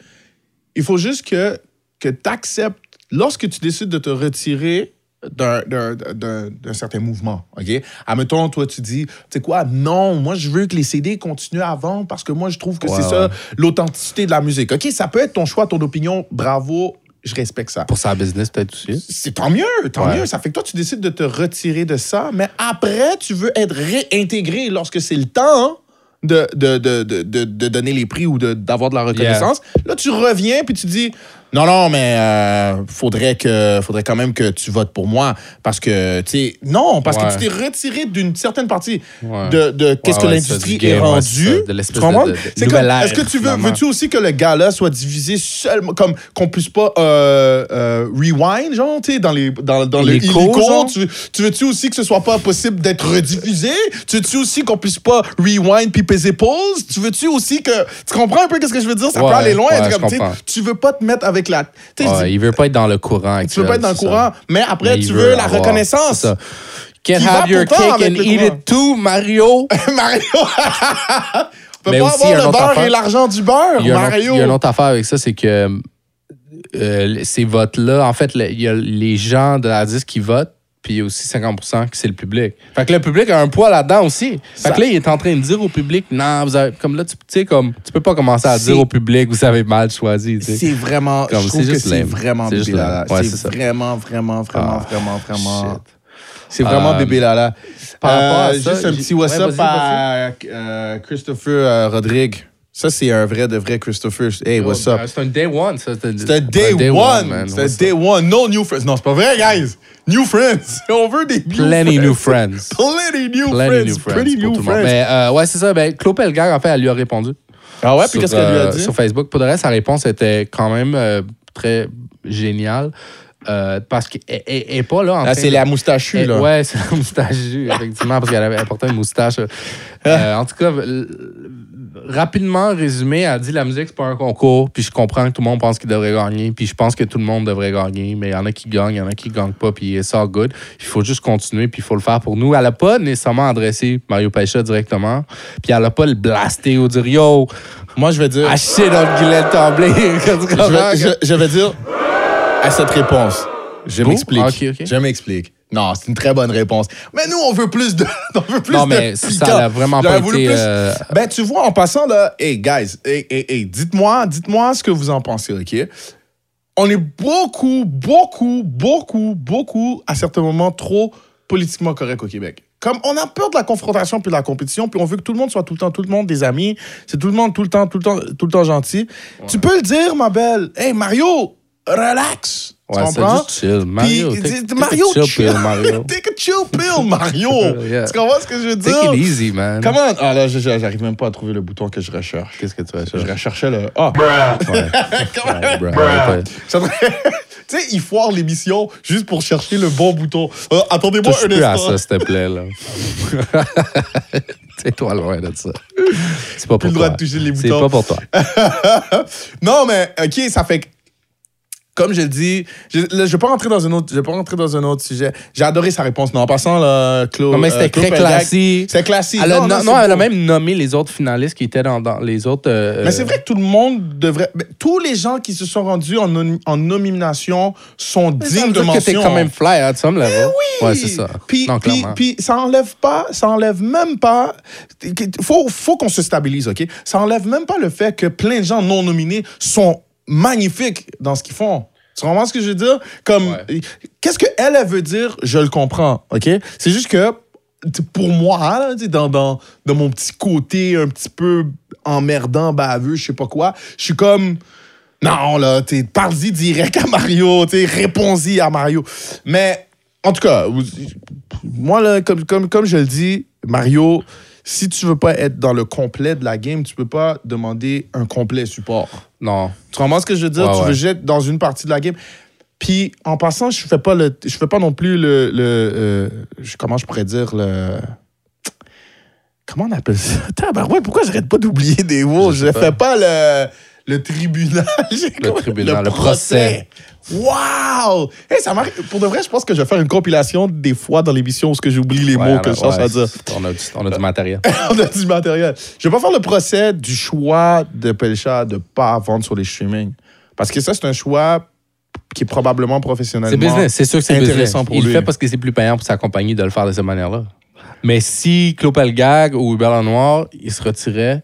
A: Il faut juste que, que tu acceptes, lorsque tu décides de te retirer d'un- d'un d'un- d'un certain mouvement, OK? Admettons, toi, tu dis, tu sais quoi, non, moi, je veux que les CD continuent avant parce que moi, je trouve que
B: Ouais,
A: c'est
B: ouais.
A: ça, l'authenticité de la musique. OK, ça peut être ton choix, ton opinion, bravo, je respecte ça
B: Pour sa business, peut-être aussi.
A: c'est tant mieux, tant
B: Ouais.
A: mieux. Ça fait que toi, tu décides de te retirer de ça, mais après, tu veux être réintégré lorsque c'est le temps de, de, de, de, de- de donner les prix ou de- d'avoir de, la reconnaissance. Là, tu reviens puis tu dis non, non, mais euh, faudrait, que, faudrait quand même que tu votes pour moi parce que, tu sais, non, parce
B: Ouais.
A: que tu t'es retiré d'une certaine partie
B: Ouais.
A: de, de qu'est-ce
B: Ouais,
A: que
B: ouais,
A: l'industrie
B: c'est du game,
A: est
B: ouais,
A: rendue.
B: c'est ça, de
A: Tu
B: l'espèce de-
A: comprends?
B: de- de
A: C'est
B: nouvelle
A: comme,
B: ère,
A: Est-ce que tu veux,
B: finalement.
A: veux-tu aussi que le gala soit divisé seulement, comme qu'on puisse pas euh, euh, rewind, genre, tu sais, dans, les, dans, dans le
B: Illico,
A: illico,
B: genre?
A: tu, tu veux-tu aussi que ce soit pas possible d'être rediffusé? Tu veux-tu aussi qu'on puisse pas rewind puis peser pause? Tu veux-tu aussi que. Tu comprends un peu qu'est-ce que je veux dire? Ça
B: Ouais,
A: peut aller loin.
B: ouais,
A: tu
B: je
A: comme, tu sais,
B: comprends.
A: tu veux pas te mettre avec la. tu sais, je dis-
B: Ouais, il veut pas être dans le courant.
A: tu veux pas être dans le courant, mais après, tu veux la reconnaissance. Qui
B: Can
A: va
B: have your
A: pourtant
B: cake
A: avec
B: and
A: le
B: eat
A: courant.
B: it too, Mario.
A: Mario! On peut
B: Mais
A: pas
B: aussi, il y a
A: avoir le
B: un autre
A: beurre
B: affaire.
A: et l'argent du beurre,
B: Il y a un autre-
A: Mario!
B: Il y a une autre affaire avec ça, c'est que euh, ces votes-là, en fait, le- il y a les gens de la disque qui votent, puis il y a aussi 50 que c'est le public. Fait que le public a un poids là-dedans aussi.
A: Ça-
B: Fait que là, il est en train de dire au public, non, vous avez, comme là, tu tu sais, comme, tu peux pas commencer à
A: C'est-
B: dire au public, vous avez mal choisi, tu sais.
A: C'est vraiment.
B: Comme,
A: je
B: c'est
A: trouve que
B: juste
A: c'est
B: lame.
A: vraiment
B: C'est juste
A: bébé Lala.
B: lame. Ouais, c'est
A: c'est
B: ça.
A: vraiment, vraiment, vraiment,
B: Ah,
A: vraiment, vraiment.
B: shit.
A: C'est vraiment
B: Euh,
A: bébé Lala. Euh,
B: par rapport à ça,
A: juste un
B: j'ai-
A: petit WhatsApp
B: Ouais, vas-y,
A: à euh, Christopher euh, Rodrigue. Ça, c'est un vrai de vrai Christopher.
B: Oh,
A: Hey, what's up?
B: C'est un day one, ça.
A: C'est un day, one.
B: man.
A: C'est un
B: What's
A: day
B: up?
A: one. No new friends. Non, c'est pas vrai, guys. New friends. On veut des new
B: Plenty
A: friends.
B: new friends.
A: Plenty new
B: Plenty
A: friends.
B: new friends.
A: Pretty
B: pour
A: new
B: tout le monde.
A: friends.
B: Mais euh, ouais, c'est ça. Ben, Claude Pelgar, en fait, elle lui a répondu.
A: ah ouais, puis
B: sur,
A: qu'est-ce qu'elle lui a
B: euh,
A: dit?
B: Sur Facebook. Pour de reste, sa réponse était quand même euh, très géniale. euh, parce qu'elle n'est pas là en
A: Ah,
B: train
A: c'est
B: de-
A: la moustachue,
B: elle-
A: là.
B: Eh, Ouais, c'est la moustache jus, effectivement, parce qu'elle avait elle portait une moustache.
A: Ah.
B: Euh, en tout cas, l- rapidement résumé, elle dit la musique, c'est pas un concours, puis je comprends que tout le monde pense qu'il devrait gagner, puis je pense que tout le monde devrait gagner, mais il y en a qui gagnent, il y en a qui gagnent pas, puis it's all good. Il faut juste continuer, puis il faut le faire pour nous. Elle a pas nécessairement adressé Mario Pacha directement, puis elle a pas le blasté ou dire yo,
A: Moi, je vais dire.
B: ah shit, on Guylaine Tremblay.
A: je, vais, je- je vais dire à cette réponse. Je
B: Oh,
A: m'explique.
B: ah, ok, ok.
A: Je m'explique. Non, c'est une très bonne réponse. Mais nous, on veut plus de. On veut plus
B: Non,
A: de
B: mais ça,
A: piquant.
B: elle a vraiment
A: J'aurais
B: pas
A: voulu
B: été,
A: plus-
B: euh,
A: Ben, tu vois, en passant, là, hey, guys, hey, hey, hey, dites-moi, dites-moi ce que vous en pensez, OK? On est beaucoup, beaucoup, beaucoup, beaucoup, à certains moments, trop politiquement correct au Québec. Comme on a peur de la confrontation puis de la compétition, puis on veut que tout le monde soit tout le temps, tout le monde des amis, c'est tout le monde tout le temps, tout le temps, tout le temps gentil. Tu peux le dire, ma belle. Hey Mario, relax.
B: Ouais,
A: tu
B: c'est
A: comprends?
B: juste chill. Mario,
A: Puis,
B: take-
A: dis-
B: take a
A: Mario,
B: chill
A: chill.
B: pill, Mario.
A: Take a chill pill, Mario.
B: Yeah.
A: Tu comprends ce que je veux dire?
B: Take it easy, man.
A: Comment? Ah là, je- je- j'arrive même pas à trouver le bouton que je recherche.
B: Qu'est-ce que tu vas
A: Je
B: chercher?
A: recherchais le. Ah! Comment-
B: Ouais, bro, ouais,
A: Ça te- tu sais, ils foirent l'émission juste pour chercher le bon bouton. Euh, Attendez-moi
B: Touche
A: un
B: plus à
A: instant.
B: ça, s'il te plaît, là. Tais-toi loin de ça. C'est pas pour toi.
A: le droit de toucher les Euh,
B: C'est
A: boutons.
B: pas pour toi.
A: non, mais OK, ça fait que- Comme je le dis, je ne vais pas rentrer dans un autre, je vais pas rentrer dans un autre sujet. J'ai adoré sa réponse. Non, en passant, là, Claude.
B: Non, mais c'était
A: euh, Claude
B: très
A: Pelgag,
B: classique.
A: C'était classique.
B: Elle a, non,
A: c'est
B: non, elle a
A: beau.
B: même nommé les autres finalistes qui étaient dans, dans les autres. euh,
A: Mais c'est vrai que tout le monde devrait. mais tous les gens qui se sont rendus en, nom- en nomination sont
B: euh, ça
A: dignes
B: veut
A: de
B: dire que t'es
A: mention. Eh
B: quand même fly hein, à some level. Oui! Ouais, c'est ça.
A: Puis,
B: non,
A: puis,
B: clairement.
A: puis ça enlève pas, ça enlève même pas. Faut, faut qu'on se stabilise, OK? Ça enlève même pas le fait que plein de gens non nominés sont magnifiques dans ce qu'ils font. Tu comprends ce que je veux dire? Comme,
B: Ouais.
A: qu'est-ce que elle, elle veut dire? Je le comprends, OK? C'est juste que, tu- pour moi, là, tu sais, dans, dans, dans mon petit côté un petit peu emmerdant, baveux, je sais pas quoi, je suis comme. Non, là, t'es- parle-y direct à Mario, t'sais, réponds-y à Mario. Mais, en tout cas, vous- moi, là, comme, comme, comme je le dis, Mario, si tu veux pas être dans le complet de la game, tu peux pas demander un complet support.
B: Non.
A: Tu comprends ce que je veux dire?
B: Ouais,
A: tu veux
B: ouais.
A: jeter dans une partie de la game. Puis, en passant, je fais pas le, je fais pas non plus le, le euh, je- comment je pourrais dire le, comment on appelle ça? Tabarouette, pourquoi j'arrête pas d'oublier des mots?
B: Je
A: Je,
B: sais pas.
A: fais pas le, le tribunal. J'ai
B: Le
A: comme-
B: tribunal, le
A: Wow! Hey, ça m'arrive- pour de vrai, je pense que je vais faire une compilation des fois dans l'émission où ce que j'oublie les mots
B: Ouais,
A: que je cherche
B: ouais,
A: à dire.
B: On a, du, on a du matériel.
A: On a du matériel. Je vais pas faire le procès du choix de Pelcha de pas vendre sur les streamings. Parce que ça, c'est un choix qui est probablement professionnellement.
B: C'est business, c'est sûr que c'est business.
A: intéressant pour
B: Il
A: lui.
B: le fait parce que c'est plus payant pour sa compagnie de le faire de cette manière-là. Mais si Clopelgag ou Hubert Lenoir, ils se retiraient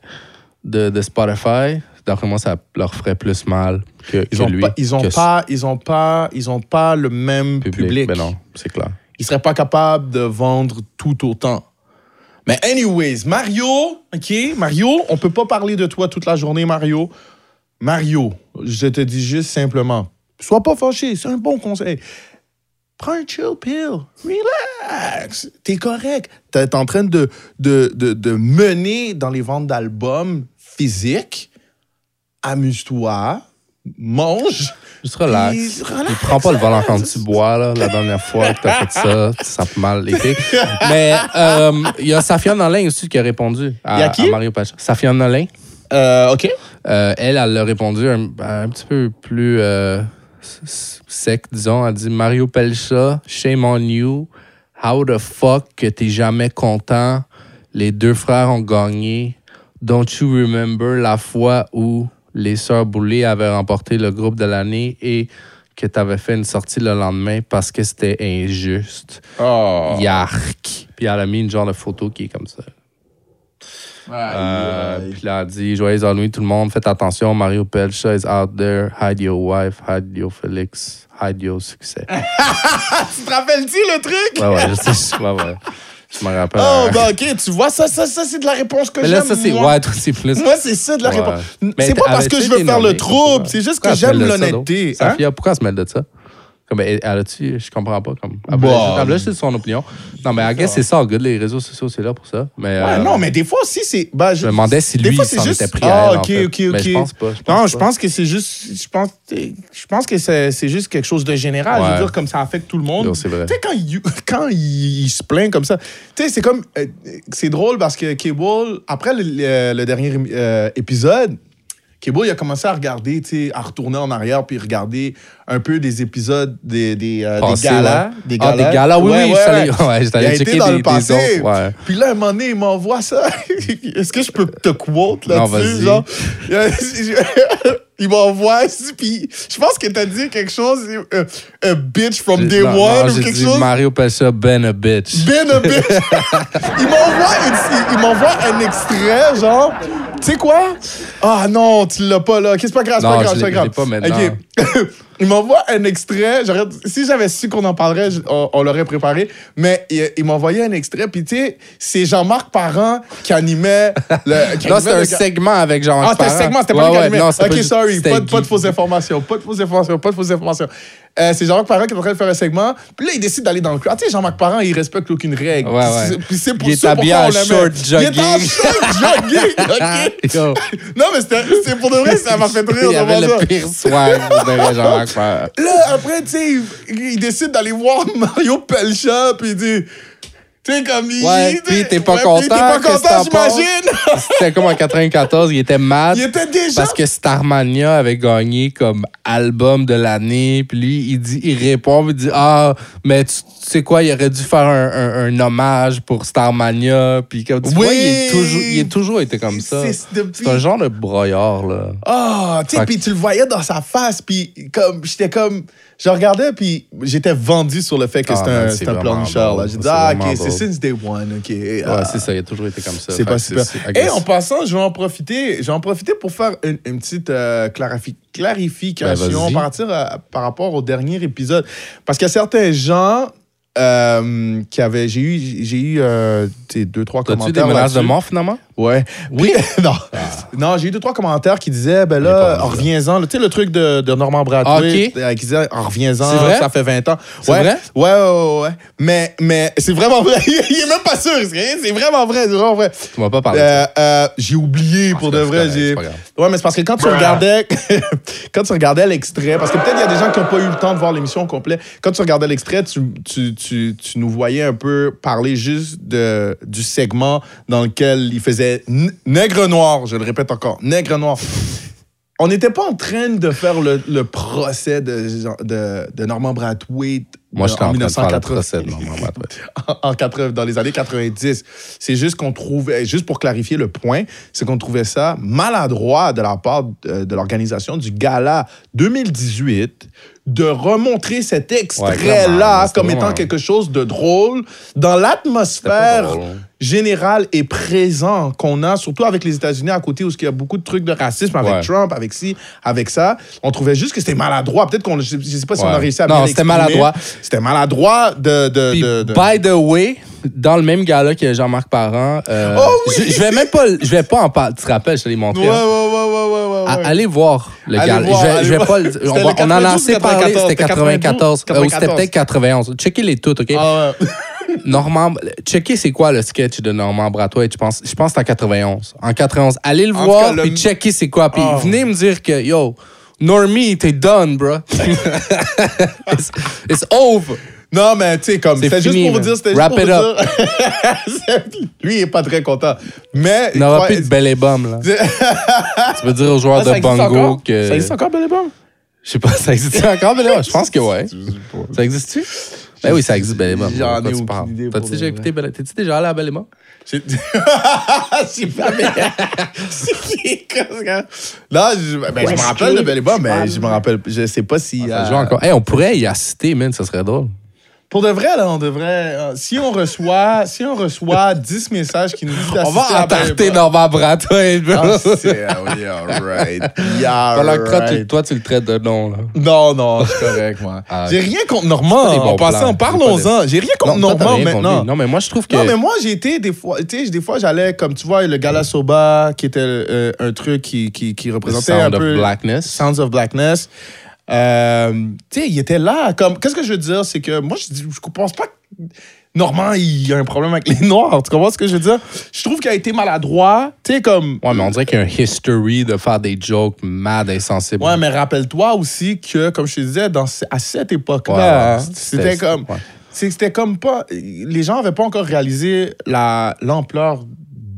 B: de, de Spotify, d'après moi, ça leur ferait plus mal que,
A: Ils
B: que
A: ont
B: lui.
A: pas, ils ont
B: que
A: pas, ils ont pas, ils ont pas le même
B: ce
A: public.
B: Ben non, c'est clair.
A: Ils seraient pas capables de vendre tout autant. Mais anyways, Mario, ok, Mario, on peut pas parler de toi toute la journée, Mario. Mario, je te dis juste simplement, sois pas fâché, c'est un bon conseil. Prends un chill pill, relax, t'es correct. T'es en train de, de, de, de mener dans les ventes d'albums physiques. Amuse-toi, mange.
B: Juste relax.
A: Puis relax,
B: Il prend pas le volant quand tu bois, là, la dernière fois que t'as fait ça. Ça a mal été. Mais euh, il y a Safiane Nolin aussi qui a répondu à,
A: Il y a qui?
B: à Mario Pacha. Safiane Nolin.
A: Euh, ok.
B: Euh, elle, elle a répondu un, un petit peu plus euh, s- s- sec, disons. Elle dit Mario Pelcha, shame on you. How the fuck que t'es jamais content? Les deux frères ont gagné. Don't you remember la fois où les sœurs Boulay avaient remporté le groupe de l'année et que t'avais fait une sortie le lendemain parce que c'était injuste.
A: Oh.
B: Yark. Puis elle a mis une genre de photo qui est comme ça. Euh, Puis là, elle dit Joyeux Halloween, tout le monde. Faites attention, Mario Pelcha is out there. Hide your wife, hide your Felix, hide your succès.
A: Tu te rappelles-tu le truc?
B: Ouais, ouais, je sais, je- ouais, ouais. Je me rappelle.
A: Oh, ben ok, tu vois, ça, ça, ça c'est de la réponse que
B: Euh. mais
A: j'aime.
B: là, ça, c'est.
A: moi.
B: Ouais, toi, c'est plus.
A: Moi, c'est ça de la
B: Ouais.
A: réponse.
B: Mais
A: C'est pas
B: t'as-
A: parce que
B: avais-tu
A: je veux
B: été
A: faire le
B: nommée?
A: trouble,
B: Pourquoi?
A: c'est juste
B: Pourquoi
A: que
B: elle se
A: j'aime
B: mêle de ça, donc?
A: l'honnêteté. hein?
B: Safia, pourquoi elle se mêle de ça? Comme, elle, elle a-tu, je comprends pas. Comme, elle voulait
A: Bon.
B: juste- elle voulait juste son opinion. Non, mais I guess c'est ça, good, les réseaux sociaux, c'est là pour ça. Mais,
A: Ouais,
B: euh,
A: non, mais des fois aussi, c'est. ben,
B: Je me demandais si
A: des
B: lui,
A: fois,
B: il
A: c'est
B: s'en
A: juste-
B: était pris
A: Ah,
B: à elle, en
A: ok,
B: fait.
A: ok,
B: Mais je
A: ok.
B: pense pas. Je pense
A: Non, je
B: pas.
A: pense que c'est juste. Je pense, je pense que c'est c'est juste quelque chose de général. Je
B: Ouais.
A: veux dire, comme ça affecte tout le monde.
B: Non, c'est vrai.
A: Tu sais, quand, il, quand il, il se plaint comme ça, tu sais, c'est comme. euh, c'est drôle parce que Cable, après le, le- le dernier euh, épisode, Cable, il a commencé à regarder, tu sais, à retourner en arrière puis regarder un peu des épisodes des, des, euh, des
B: Passé,
A: galas.
B: ouais. Ah, des galas, oui,
A: Ouais,
B: oui,
A: ouais,
B: j'allais-
A: ouais.
B: ouais, j'allais
A: Il a
B: checker
A: été dans
B: des-
A: le
B: des
A: passé.
B: autres, ouais.
A: Puis là, un moment donné, il m'envoie ça. Est-ce que je peux te quote
B: Non,
A: là-dessus?
B: vas-y.
A: genre? il m'envoie, puis je pense que t'as dit quelque chose, euh, a bitch from day
B: Non, non,
A: one
B: j'ai
A: ou quelque
B: dit
A: chose.
B: Mario Pesha, ben a bitch.
A: Ben a bitch. il m'envoie une- il m'envoie un extrait, genre, tu sais quoi? Ah non, tu l'as pas là. Ok, c'est pas grave, c'est
B: Non,
A: pas grave,
B: je
A: c'est pas
B: l'ai-
A: grave.
B: je l'ai pas
A: Ok. il m'envoie un extrait. j'aurais- Si j'avais su qu'on en parlerait, je- on, on l'aurait préparé. Mais il, il m'envoyait un extrait, puis tu sais, c'est Jean-Marc Parent qui animait le. qui
B: Non,
A: animait
B: c'était un
A: le-
B: segment avec jean
A: ah, c'était un segment, c'était pas
B: ouais,
A: le
B: ouais,
A: calumet.
B: non, c'était
A: Ok,
B: pas-
A: sorry,
B: c'était
A: pas, de- pas de
B: Guy.
A: fausses informations, pas de fausses informations, pas de fausses informations. Euh, c'est Jean-Marc Parent qui est en train de faire un segment, puis là, il décide d'aller dans le club. Ah, tu sais, Jean-Marc Parent, il respecte aucune règle.
B: Ouais,
A: Puis
B: ouais.
A: c'est- Puis c'est pour
B: Il est
A: ça
B: habillé
A: pourquoi
B: en
A: on l'aimait.
B: short
A: Il est en
B: jogging.
A: short jogging, ok?
B: Ah, Yo.
A: Non, mais c'était- c'est pour de vrai, ça m'a fait rire
B: Il y
A: de
B: avait
A: voir ça.
B: le pire swag de Jean-Marc Parent.
A: Là, après, tu sais, il, il décide d'aller voir Mario Pelcha, puis il dit T'es comme.
B: Ouais, puis t'es pas
A: T'es
B: content,
A: pas
B: qu'est-ce que
A: content,
B: t'en
A: j'imagine.
B: C'était comme en 94, il était mad.
A: Il était déjà.
B: Parce que Starmania avait gagné comme album de l'année. Puis lui, il, dit, il répond, puis il dit Ah, mais tu, tu sais quoi, il aurait dû faire un, un- un hommage pour Starmania. Puis comme tu
A: Oui!
B: vois, il, est toujours, il est toujours été comme ça.
A: C'est depuis-
B: C'est un genre de broyeur, là.
A: Ah, tu sais,
B: Fait
A: puis tu le voyais dans sa face, puis comme, j'étais comme, je regardais, puis j'étais vendu sur le fait que
B: Ah,
A: c'était
B: man,
A: un,
B: c'est
A: c'était un
B: vraiment
A: plancheur, là.
B: drôle.
A: J'ai dit,
B: C'est
A: ah,
B: vraiment
A: ok, c'est
B: drôle.
A: since day one, ok.
B: Ouais,
A: ah,
B: c'est ça, il a toujours été comme ça.
A: c'est
B: Fait
A: pas
B: que
A: super.
B: c'est
A: Et en
B: agressif.
A: passant, je vais en profiter, je vais en profiter pour faire une, une petite euh, clarifi- clarification
B: Ben, vas-y.
A: partir à- par rapport au dernier épisode. Parce qu'il y a certains gens euh, qui avaient, j'ai eu, j'ai eu euh, tu sais, deux, trois
B: T'as-tu des
A: commentaires.
B: menaces de
A: là-dessus.
B: mort, finalement
A: Ouais. Oui. non, non j'ai eu deux, trois commentaires qui disaient, ben
B: On Ah. est pas
A: là,
B: rendu
A: en
B: là.
A: reviens-en. Tu sais, le truc de, de Norman Bradley,
B: Ok.
A: euh, qui disait, en
B: C'est
A: reviens-en,
B: vrai?
A: ça fait 20 ans.
B: C'est
A: Ouais.
B: vrai?
A: Ouais, ouais, ouais, ouais. Mais, mais c'est vraiment vrai. Il est même pas sûr. C'est c'est vraiment vrai. C'est vraiment vrai.
B: Tu m'as pas parlé. de ça.
A: Euh, euh, j'ai oublié pour de
B: c'est
A: vrai.
B: correct,
A: j'ai-
B: c'est pas grave.
A: Ouais, mais c'est parce que quand tu regardais, quand tu regardais l'extrait, parce que peut-être il y a des gens qui n'ont pas eu le temps de voir l'émission au complet. Quand tu regardais l'extrait, tu, tu, tu, tu nous voyais un peu parler juste de, du segment dans lequel il faisait n- nègre noir. Je le répète encore, nègre noir. On n'était pas en train de faire le, le procès de, Jean- de, de Norman Brathwaite
B: Moi, j'étais
A: en
B: en train de faire le
A: 1980
B: procès de Norman Bradley.
A: en 80, dans les années 90. C'est juste qu'on trouvait, juste pour clarifier le point, c'est qu'on trouvait ça maladroit de la part de, de l'organisation du gala 2018 de remontrer cet extrait-là
B: clairement, c'était
A: comme étant
B: vraiment-
A: quelque chose de drôle dans l'atmosphère
B: C'était pas drôle. hein.
A: générale et présent qu'on a, surtout avec les États-Unis à côté où il y a beaucoup de trucs de racisme avec
B: Ouais.
A: Trump, avec ci, avec ça. On trouvait juste que c'était maladroit. Peut-être qu'on, je, je sais pas si on a
B: Ouais.
A: réussi à
B: Non,
A: bien
B: c'était
A: l'exprimer.
B: maladroit.
A: C'était maladroit de... de,
B: Puis,
A: de- de-
B: by the way, dans le même gala que Jean-Marc Parent, euh,
A: Oh oui!
B: je, je vais même pas, je vais pas en parler. Tu te rappelles, je te l'ai montré.
A: Ouais, ouais,
B: hein.
A: ouais, ouais, ouais, ouais,
B: À-
A: ouais.
B: Ah, allez voir le
A: Allez
B: gala.
A: voir,
B: je vais,
A: allez
B: je vais
A: voir.
B: pas le-
A: C'était
B: on,
A: le
B: va- on en a
A: 92,
B: assez parlé. C'était
A: 94.
B: 94. euh, ou c'était peut-être 91. Checkez les toutes, OK?
A: Ah ouais.
B: Normand, checkez c'est quoi le sketch de Normand Bratois, je pense. Je pense que c'est en 91. En 91. Allez le
A: En tout
B: voir,
A: cas, le-
B: puis checkez c'est quoi. Puis
A: Oh.
B: venez me dire que, yo, Normie, t'es done, bro. it's, it's over.
A: Non, mais tu sais, comme,
B: C'est
A: c'était juste
B: fini,
A: pour vous
B: là.
A: dire, c'était juste
B: Wrap
A: pour
B: it
A: vous dire. Lui, il est pas très content. Mais.
B: On n'aura
A: ouais,
B: plus de bel et bum, là. tu veux dire aux
A: Ah,
B: joueurs
A: ça
B: de
A: existe
B: bongo
A: encore?
B: que.
A: Ça existe encore, Belle et Bombe?
B: Je sais pas, ça existe encore, mais là, je pense que ouais. Ça existe-tu? Ben oui, ça existe, Belle et Bum.
A: J'en ai
B: Quoi tu
A: aucune
B: parles?
A: idée, pour
B: T'as-tu
A: de
B: déjà
A: vrai.
B: écouté Belle T'es-tu déjà allé à Belle et Bum?
A: J'ai- J'ai pas mais- C'est qui est con, ce gars? Là, je ben, je me rappelle de Belle et Bombe, mais je me rappelle. Je sais pas si.
B: Ah, Ça
A: euh,
B: joue encore. Hey, on pourrait y assister, man, ça serait drôle.
A: Pour de vrai, là, on devrait. euh, Si on reçoit, si on reçoit 10 messages qui nous disent
B: On
A: d'assister
B: va
A: à Belle et
B: entarter
A: Bombe.
B: Norman Bratois, bro.
A: ben, Ah, c'est- ah oui, alright. Yeah,
B: Pendant que toi,
A: right.
B: tu, toi, tu le traites de nom, là.
A: Non, non, c'est correct, moi.
B: Ah,
A: j'ai
B: ok.
A: rien contre Normand.
B: C'est pas des
A: En
B: bons
A: passant,
B: plans.
A: parlons-en. J'ai rien contre
B: toi,
A: Normand
B: t'as rien contre lui.
A: maintenant.
B: Non, mais moi, je trouve que.
A: Non, mais moi, j'ai été des fois, tu sais, des fois, j'allais, comme tu vois, le Gala Soba, qui était euh, un truc qui, qui, qui
B: The
A: représentait un
B: Sound of
A: peu.
B: Blackness.
A: Sounds of Blackness. Euh, tu sais, il était là. Comme, qu'est-ce que je veux dire? C'est que moi, je, dis- je pense pas que Normand, il a un problème avec les Noirs. Tu comprends ce que je veux dire? Je trouve qu'il a été maladroit. Tu sais, comme.
B: Ouais, mais on dirait qu'il y a un history de faire des jokes mad, insensibles.
A: Ouais, mais rappelle-toi aussi que, comme je te disais, dans, ce- à cette
B: Ouais,
A: époque-là,
B: ouais,
A: hein, c'était comme.
B: ouais.
A: c'est- C'était comme pas. Les gens n'avaient pas encore réalisé la- l'ampleur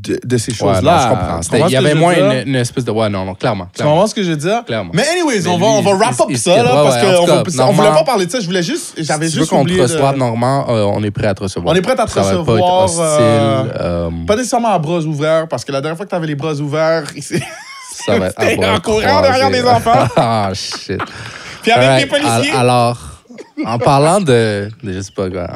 A: de, de ces
B: Ouais,
A: choses-là.
B: non, je
A: Tu
B: comprends. C'était-
A: comprends
B: Il y
A: ce que
B: avait
A: je veux
B: moins
A: dire?
B: une, une espèce de. Ouais, non, non, clairement.
A: Tu
B: clairement.
A: comprends ce que je veux dire?
B: Clairement.
A: Mais anyways,
B: Mais
A: on, va,
B: lui,
A: on va wrap
B: il-
A: up
B: il-
A: ça,
B: il-
A: là,
B: ouais,
A: parce
B: ouais, en
A: qu'on
B: tout cas,
A: on voulait
B: Normand-
A: pas parler de ça. Je voulais juste... J'avais
B: Si tu veux
A: juste
B: qu'on te
A: oublié de...
B: reçoive, Normand, euh, on est prêt à te recevoir.
A: On est prêt à te
B: Ça va pas être
A: recevoir,
B: hostile,
A: euh,
B: euh,
A: Pas nécessairement à bras ouverts, parce que la dernière fois que t'avais les bras ouverts... c'est-
B: ça va être à
A: euh, T'es
B: bras
A: en courant
B: croisés.
A: derrière des enfants.
B: ah, shit.
A: Puis avec les
B: Alright,
A: policiers...
B: al- Alors, en parlant de. de- Je sais pas quoi.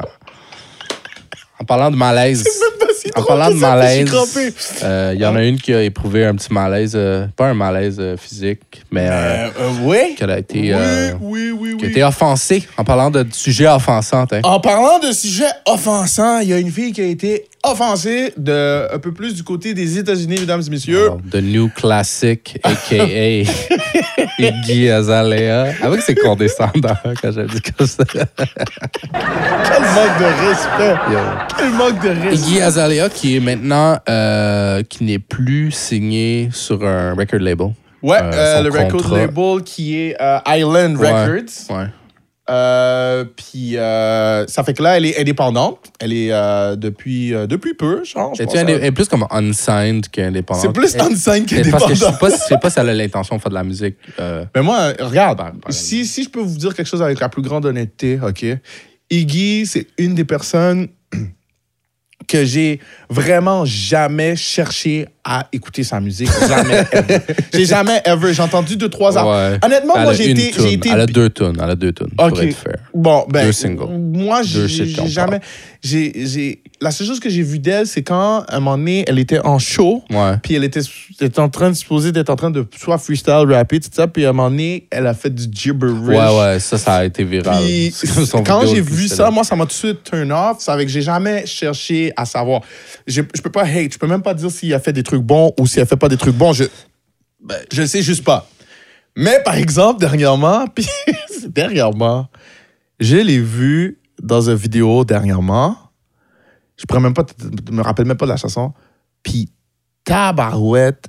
B: En parlant de malaise.
A: même pas si
B: En
A: drôle
B: parlant
A: que
B: de
A: ça, puis je
B: malaise,
A: suis crampé.
B: euh, il y en a une qui a éprouvé un petit malaise, euh, pas un malaise euh, physique, mais euh,
A: Euh, euh, oui?
B: qu'elle a été,
A: Oui,
B: euh,
A: oui, oui,
B: qui a
A: oui.
B: été offensée en parlant de sujets offensants. hein.
A: En parlant de sujets offensants, il y a une fille qui a été offensée de un peu plus du côté des États-Unis, mesdames et messieurs.
B: Alors, The New Classic, a.k.a. Iggy Azalea. Avec ses condescendants, hein, quand je le dis comme ça.
A: Quel manque de respect!
B: Yo.
A: Quel manque de respect!
B: Iggy Azalea, qui est maintenant, euh, qui n'est plus signé sur un record label.
A: Ouais,
B: Euh,
A: euh,
B: son
A: le record
B: contrat.
A: label qui est euh, Island
B: Ouais,
A: Records.
B: Ouais.
A: Euh, puis euh, ça fait que là, elle est indépendante. Elle est euh, depuis, euh, depuis peu, je pense.
B: Elle
A: Je pense
B: est
A: à-
B: plus comme unsigned qu'indépendante.
A: C'est plus
B: Elle-
A: unsigned
B: elle- Parce que je sais
A: qu'indépendante.
B: pas, si- je sais pas si elle a l'intention de faire de la musique. euh,
A: Mais moi, euh, regarde,
B: Par- par-
A: si, si je peux vous dire quelque chose avec la plus grande honnêteté, OK? Iggy, c'est une des personnes que j'ai vraiment jamais cherché à écouter sa musique. Jamais. ever. j'ai jamais ever. J'ai entendu deux, trois ar-
B: Ouais.
A: Honnêtement,
B: elle
A: moi,
B: a
A: j'ai
B: une
A: été,
B: toune.
A: j'ai été
B: Elle a deux tonnes. Elle a deux tonnes.
A: Ok.
B: Pour être fair.
A: Bon, ben.
B: Deux singles.
A: Moi, j'ai
B: Deux shit qu'on
A: j'ai jamais. J'ai, j'ai- la seule chose que j'ai vue d'elle, c'est quand, à un moment donné, elle était en show.
B: Ouais.
A: Puis elle était, elle était en train de supposer d'être en train de soit freestyle, rapper, tout ça. Puis à un moment donné, elle a fait du gibberish.
B: Ouais, ouais, ça, ça a été viral.
A: Puis
B: C'est comme son
A: quand
B: vidéo
A: j'ai
B: le plus
A: vu ça,
B: célèbre.
A: moi, ça m'a tout de suite turn off. Ça fait que j'ai jamais cherché à savoir. J'ai- Je peux pas hate. Je peux même pas dire s'il a fait des trucs bons ou s'il a fait pas des trucs bons. Je, ben, je le sais juste pas. Mais par exemple, dernièrement, puis dernièrement, je l'ai vu dans une vidéo dernièrement. Je pourrais même pas, te- te- me rappelle même pas de la chanson. Puis tabarouette,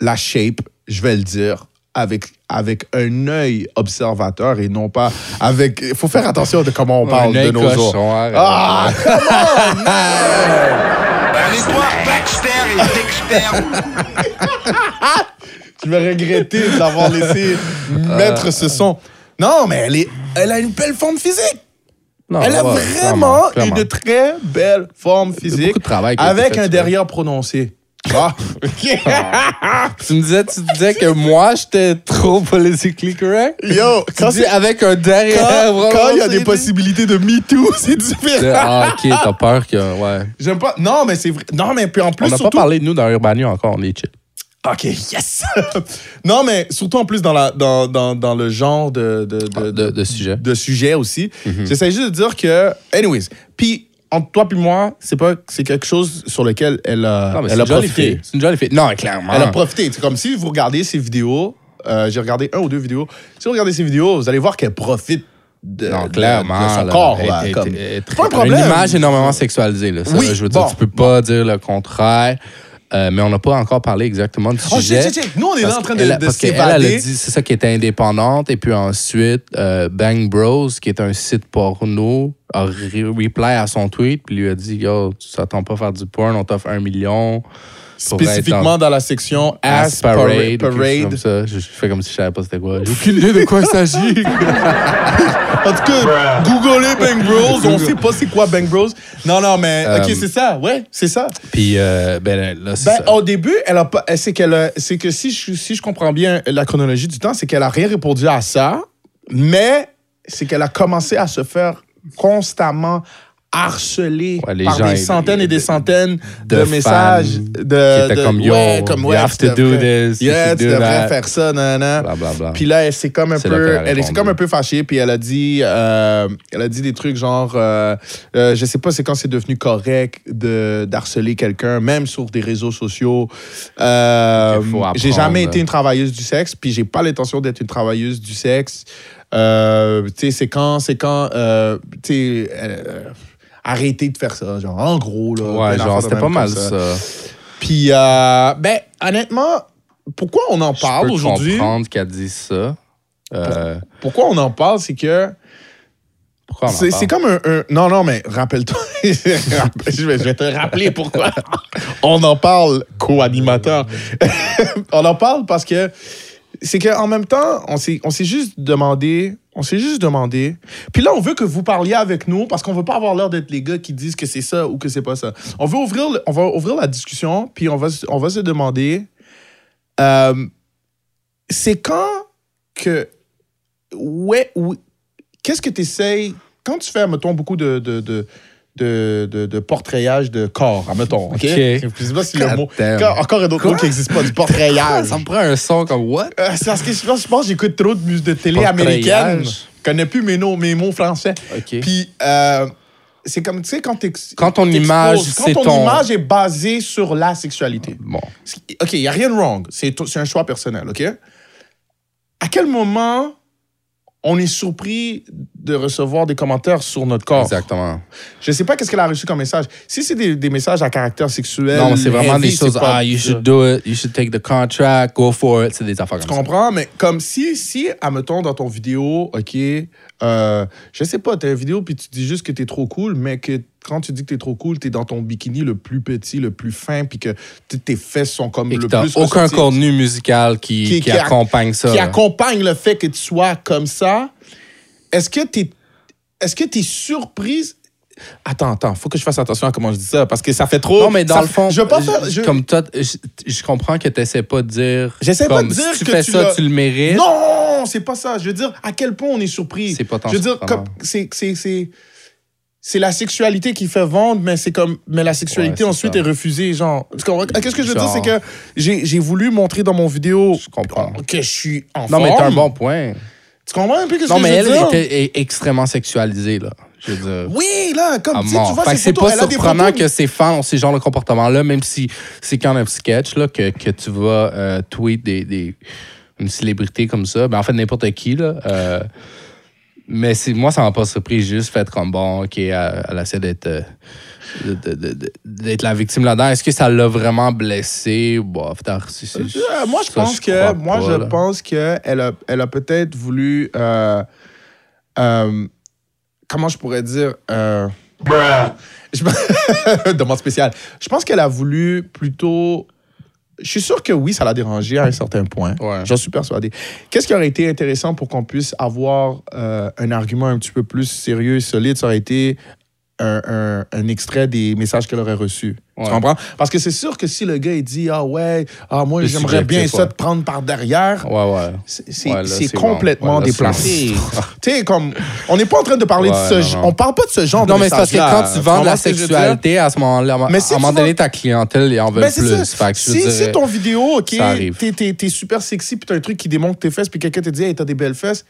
A: la shape, je vais le dire, avec, avec un œil observateur et non pas avec. Il faut faire attention de comment on parle
B: Un
A: de nos
B: cochon,
A: jours.
B: arrête.
A: Ah,
D: Laisse-moi Baxter et Dexter.
A: je vais regretter de l'avoir laissé
B: Ah.
A: mettre ce son. Non, mais elle, est, elle a une belle forme physique.
B: Non,
A: Elle a
B: Ah ouais,
A: vraiment
B: clairement, clairement.
A: une très belle forme physique.
B: beaucoup de travail qui a été
A: Avec
B: fait,
A: un
B: tu
A: derrière prononcé. Ah, ok.
B: Tu me disais, tu disais que moi, j'étais trop politically correct?
A: Yo,
B: Tu
A: quand
B: dis
A: c'est-
B: avec un derrière,
A: quand-
B: vraiment,
A: quand il y a
B: c'est
A: des
B: dit.
A: possibilités de Me Too, c'est
B: De-
A: différent.
B: Ah, ok, t'as peur que. Ouais.
A: J'aime pas. Non, mais c'est vrai. Non, mais puis en plus.
B: On n'a pas
A: surtout-
B: parlé de nous dans Urbania encore, on est chill.
A: OK, yes! non, mais surtout en plus dans, la, dans, dans, dans le genre de, de, de,
B: Ah, De, de sujet. Mhm.
A: de sujet aussi. J'essaie juste de dire que. Anyways, puis entre toi puis moi, c'est pas c'est quelque chose sur lequel elle a,
B: Non, Ah,
A: elle
B: mais c'est
A: a
B: une jolie
A: profité.
B: fille. C'est Ah. une jolie fille. Non, clairement.
A: Elle a profité. C'est comme si vous regardez ses vidéos. euh, J'ai regardé un ou deux vidéos. Si vous regardez ses vidéos, vous allez voir qu'elle profite de,
B: Non,
A: de-
B: clairement.
A: de son
B: là,
A: corps.
B: elle-
A: là,
B: elle-
A: comme-
B: elle- elle-
A: C'est pas un
B: elle a
A: problème.
B: Une image énormément sexualisée, là. Ça,
A: Oui,
B: là, je veux dire,
A: bon,
B: tu peux pas dire le contraire. euh, mais on n'a pas encore parlé exactement du
A: Oh,
B: sujet.
A: check, check, check. Nous, on est là en train de,
B: qu'elle a-
A: de
B: parce qu'elle, elle, a
A: s'évader.
B: dit, c'est ça qui était indépendante. Et puis ensuite, euh, Bang Bros, qui est un site porno, a re- reply à son tweet, puis lui a dit Yo, tu t'attends pas à faire du porn, on t'offre un million. pour être
A: Spécifiquement dans la section Ass
B: Ass
A: Parade.
B: Parade. parade. Comme ça. Je, je fais comme si je savais pas c'était quoi. J'ai aucune idée de quoi il s'agit.
A: En tout cas, googlez Bang Bros. On sait pas c'est quoi Bang Bros. Non, non, mais OK,
B: Euh,
A: c'est ça. Ouais, c'est ça.
B: Puis, euh, ben là, c'est
A: Ben,
B: ça.
A: au début, elle a pas. C'est qu'elle a- c'est que si je, si je comprends bien la chronologie du temps, c'est qu'elle a rien répondu à ça, mais c'est qu'elle a commencé à se faire constamment harceler
B: Ouais, les
A: par
B: gens,
A: des
B: ils-
A: centaines et des
B: de-
A: centaines de,
B: de
A: messages
B: fans
A: de,
B: qui étaient
A: de-
B: comme, Yo,
A: ouais, comme
B: you
A: ouais,
B: have
A: tu
B: to do
A: devrais-
B: this, you
A: yeah,
B: should
A: tu
B: do
A: devrais
B: that.
A: faire ça, nanana.
B: Blablabla.
A: Puis là, elle s'est comme un
B: C'est là
A: peu,
B: qu'elle a
A: elle s'est
B: répondu.
A: comme un peu fâchée. Puis elle a dit, euh, elle a dit des trucs genre, euh, euh, je sais pas, c'est quand c'est devenu correct de d'harceler quelqu'un, même sur des réseaux sociaux. Euh,
B: Qu'il faut apprendre.
A: j'ai jamais été une travailleuse du sexe, puis j'ai pas l'intention d'être une travailleuse du sexe. Euh, tu sais, c'est quand, c'est quand, euh, tu sais. euh, arrêtez de faire ça, genre, en gros, là. plein
B: Ouais,
A: d'affaires de
B: genre, c'était
A: même
B: pas
A: comme
B: mal ça.
A: Puis, euh, ben, honnêtement, pourquoi on en
B: Je
A: parle
B: peux
A: aujourd'hui?
B: comprendre qu'elle dit ça. Euh,
A: Pourquoi on en parle, c'est que
B: pourquoi on en
A: c'est
B: parle?
A: c'est comme un, un- Non, non, mais rappelle-toi. je, vais, je vais te rappeler pourquoi. on en parle, co-animateur. on en parle parce que c'est qu'en même temps, on s'est on s'est juste demandé. On s'est juste demandé. Puis là, on veut que vous parliez avec nous parce qu'on veut pas avoir l'air d'être les gars qui disent que c'est ça ou que c'est pas ça. On veut ouvrir, le- on va ouvrir la discussion, puis on va, se- on va se demander euh, c'est quand que. Ouais, ouais qu'est-ce que tu essayes quand tu fais, mettons, beaucoup de, de, de, de, de- de portrayage de corps, admettons, OK?
B: OK.
A: Je sais pas si le mot.
B: God damn.
A: Quand- encore un autre mot qui n'existe pas, du portrayage.
B: Ça me prend un son comme What?
A: Euh, c'est parce que je pense, je pense que j'écoute trop de musique de télé
B: Portrayage.
A: américaine. Je connais plus mes, noms, mes mots français.
B: OK.
A: Puis, euh, c'est comme, tu sais, quand t'ex-
B: Quand ton
A: t'exposes-
B: image,
A: Quand
B: c'est
A: ton,
B: ton-
A: image est basée sur la sexualité.
B: Bon.
A: OK, il n'y a rien de wrong. C'est, t- c'est un choix personnel, OK? À quel moment on est surpris de recevoir des commentaires sur notre corps.
B: Exactement.
A: Je sais pas qu'est-ce qu'elle a reçu comme message. Si c'est des, des messages à caractère sexuel,
B: Non, mais c'est vraiment
A: heavy,
B: des choses.
A: c'est pas-
B: Ah, you should do it, you should take the contract, go for it. C'est des affaires
A: Je
B: comme ça.
A: comprends, mais comme si, si, admettons, dans ton vidéo, OK, euh, je sais pas, t'as une vidéo, puis tu dis juste que t'es trop cool, mais que quand tu dis que t'es trop cool, t'es dans ton bikini le plus petit, le plus fin, puis que t- tes fesses sont comme
B: Et
A: le
B: que t'as
A: plus
B: aucun
A: ressorties,
B: contenu musical qui,
A: Qui-
B: qui,
A: qui a-
B: accompagne ça.
A: qui
B: là.
A: accompagne le fait que tu sois comme ça. Est-ce que t'es... Est-ce que t'es surprise... Attends, attends, faut que je fasse attention à comment je dis ça, parce que ça fait trop...
B: non, mais dans
A: ça-
B: le fond,
A: Je veux pas faire... je-
B: comme toi, je, je comprends que t'essaies pas de dire.
A: J'essaie pas
B: comme,
A: de dire
B: si tu
A: que
B: fais
A: tu l'as-
B: ça, tu le mérites.
A: Non, c'est pas ça. Je veux dire, à quel point on est surpris.
B: C'est pas tant
A: Je veux dire,
B: surprenant.
A: comme- c'est, c'est, c'est, c'est la sexualité qui fait vendre, mais c'est comme, mais la sexualité
B: Ouais, c'est
A: ensuite
B: ça.
A: est refusée, genre. Parce qu'on- Qu'est-ce que je veux dire,
B: Genre.
A: c'est que j'ai, j'ai voulu montrer dans mon vidéo
B: Je comprends.
A: que je suis en
B: Non, mais t'as un
A: forme.
B: bon point.
A: Tu comprends un peu ce
B: Non,
A: que
B: mais
A: je
B: elle
A: veux dire?
B: était est extrêmement sexualisée, là. Je veux dire.
A: Oui, là, comme
B: euh, À
A: tu sais, tu
B: Ah, mort.
A: vois,
B: Fait
A: ces
B: que c'est
A: photos,
B: pas
A: elle a des
B: surprenant
A: photos-
B: que ces fans ont ces genres de comportements-là, même si c'est quand même sketch là, que, que tu vas euh, tweet des, des- une célébrité comme ça. Ben, en fait, n'importe qui. Là, euh, mais c'est- moi, ça m'a pas surpris. J'ai juste fait comme bon, OK, elle, elle essaie d'être euh, de- de- de- de- d'être la victime là-dedans. Est-ce que ça l'a vraiment blessée? Bon, putain, c'est- c'est-
A: Euh, moi, je
B: ça,
A: pense que
B: crois
A: moi,
B: pas,
A: je
B: là.
A: pense que elle a, elle a peut-être voulu. euh, euh, comment je pourrais dire. euh, je me- Demande spéciale. Je pense qu'elle a voulu plutôt. Je suis sûr que oui, ça l'a dérangé à un certain point.
B: Ouais.
A: J'en suis persuadé. Qu'est-ce qui aurait été intéressant pour qu'on puisse avoir euh, un argument un petit peu plus sérieux et solide? Ça aurait été un, un- un extrait des messages qu'elle aurait reçus. Tu
B: Ouais.
A: comprends? Parce que c'est sûr que si le gars, il dit Ah ouais, ah moi,
B: Plus
A: j'aimerais bien
B: subjectif,
A: ça
B: ouais.
A: te prendre par derrière.
B: Ouais, ouais.
A: C'est c'est-
B: Ouais, là,
A: c'est
B: c'est
A: complètement
B: bon. Ouais, là,
A: déplacé.
B: c'est-
A: tu sais, comme, on n'est pas en train de parler
B: Ouais,
A: de
B: non,
A: ce.
B: non.
A: On parle pas de ce genre
B: Non,
A: de
B: mais c'est parce que
A: message-là.
B: quand tu
A: Tu
B: vends de
A: comprends
B: la
A: ce que je veux dire?
B: sexualité, à ce moment-là, à
A: Mais si
B: un
A: tu
B: moment
A: vends-
B: donné, ta clientèle, ils en veulent
A: Ben, c'est
B: plus.
A: ça.
B: Fait que je veux
A: si,
B: dire-
A: si ton vidéo, OK,
B: ça arrive.
A: t'es, t'es- t'es super sexy, puis t'as un truc qui démontre tes fesses, puis quelqu'un te dit, hey, t'as des belles fesses,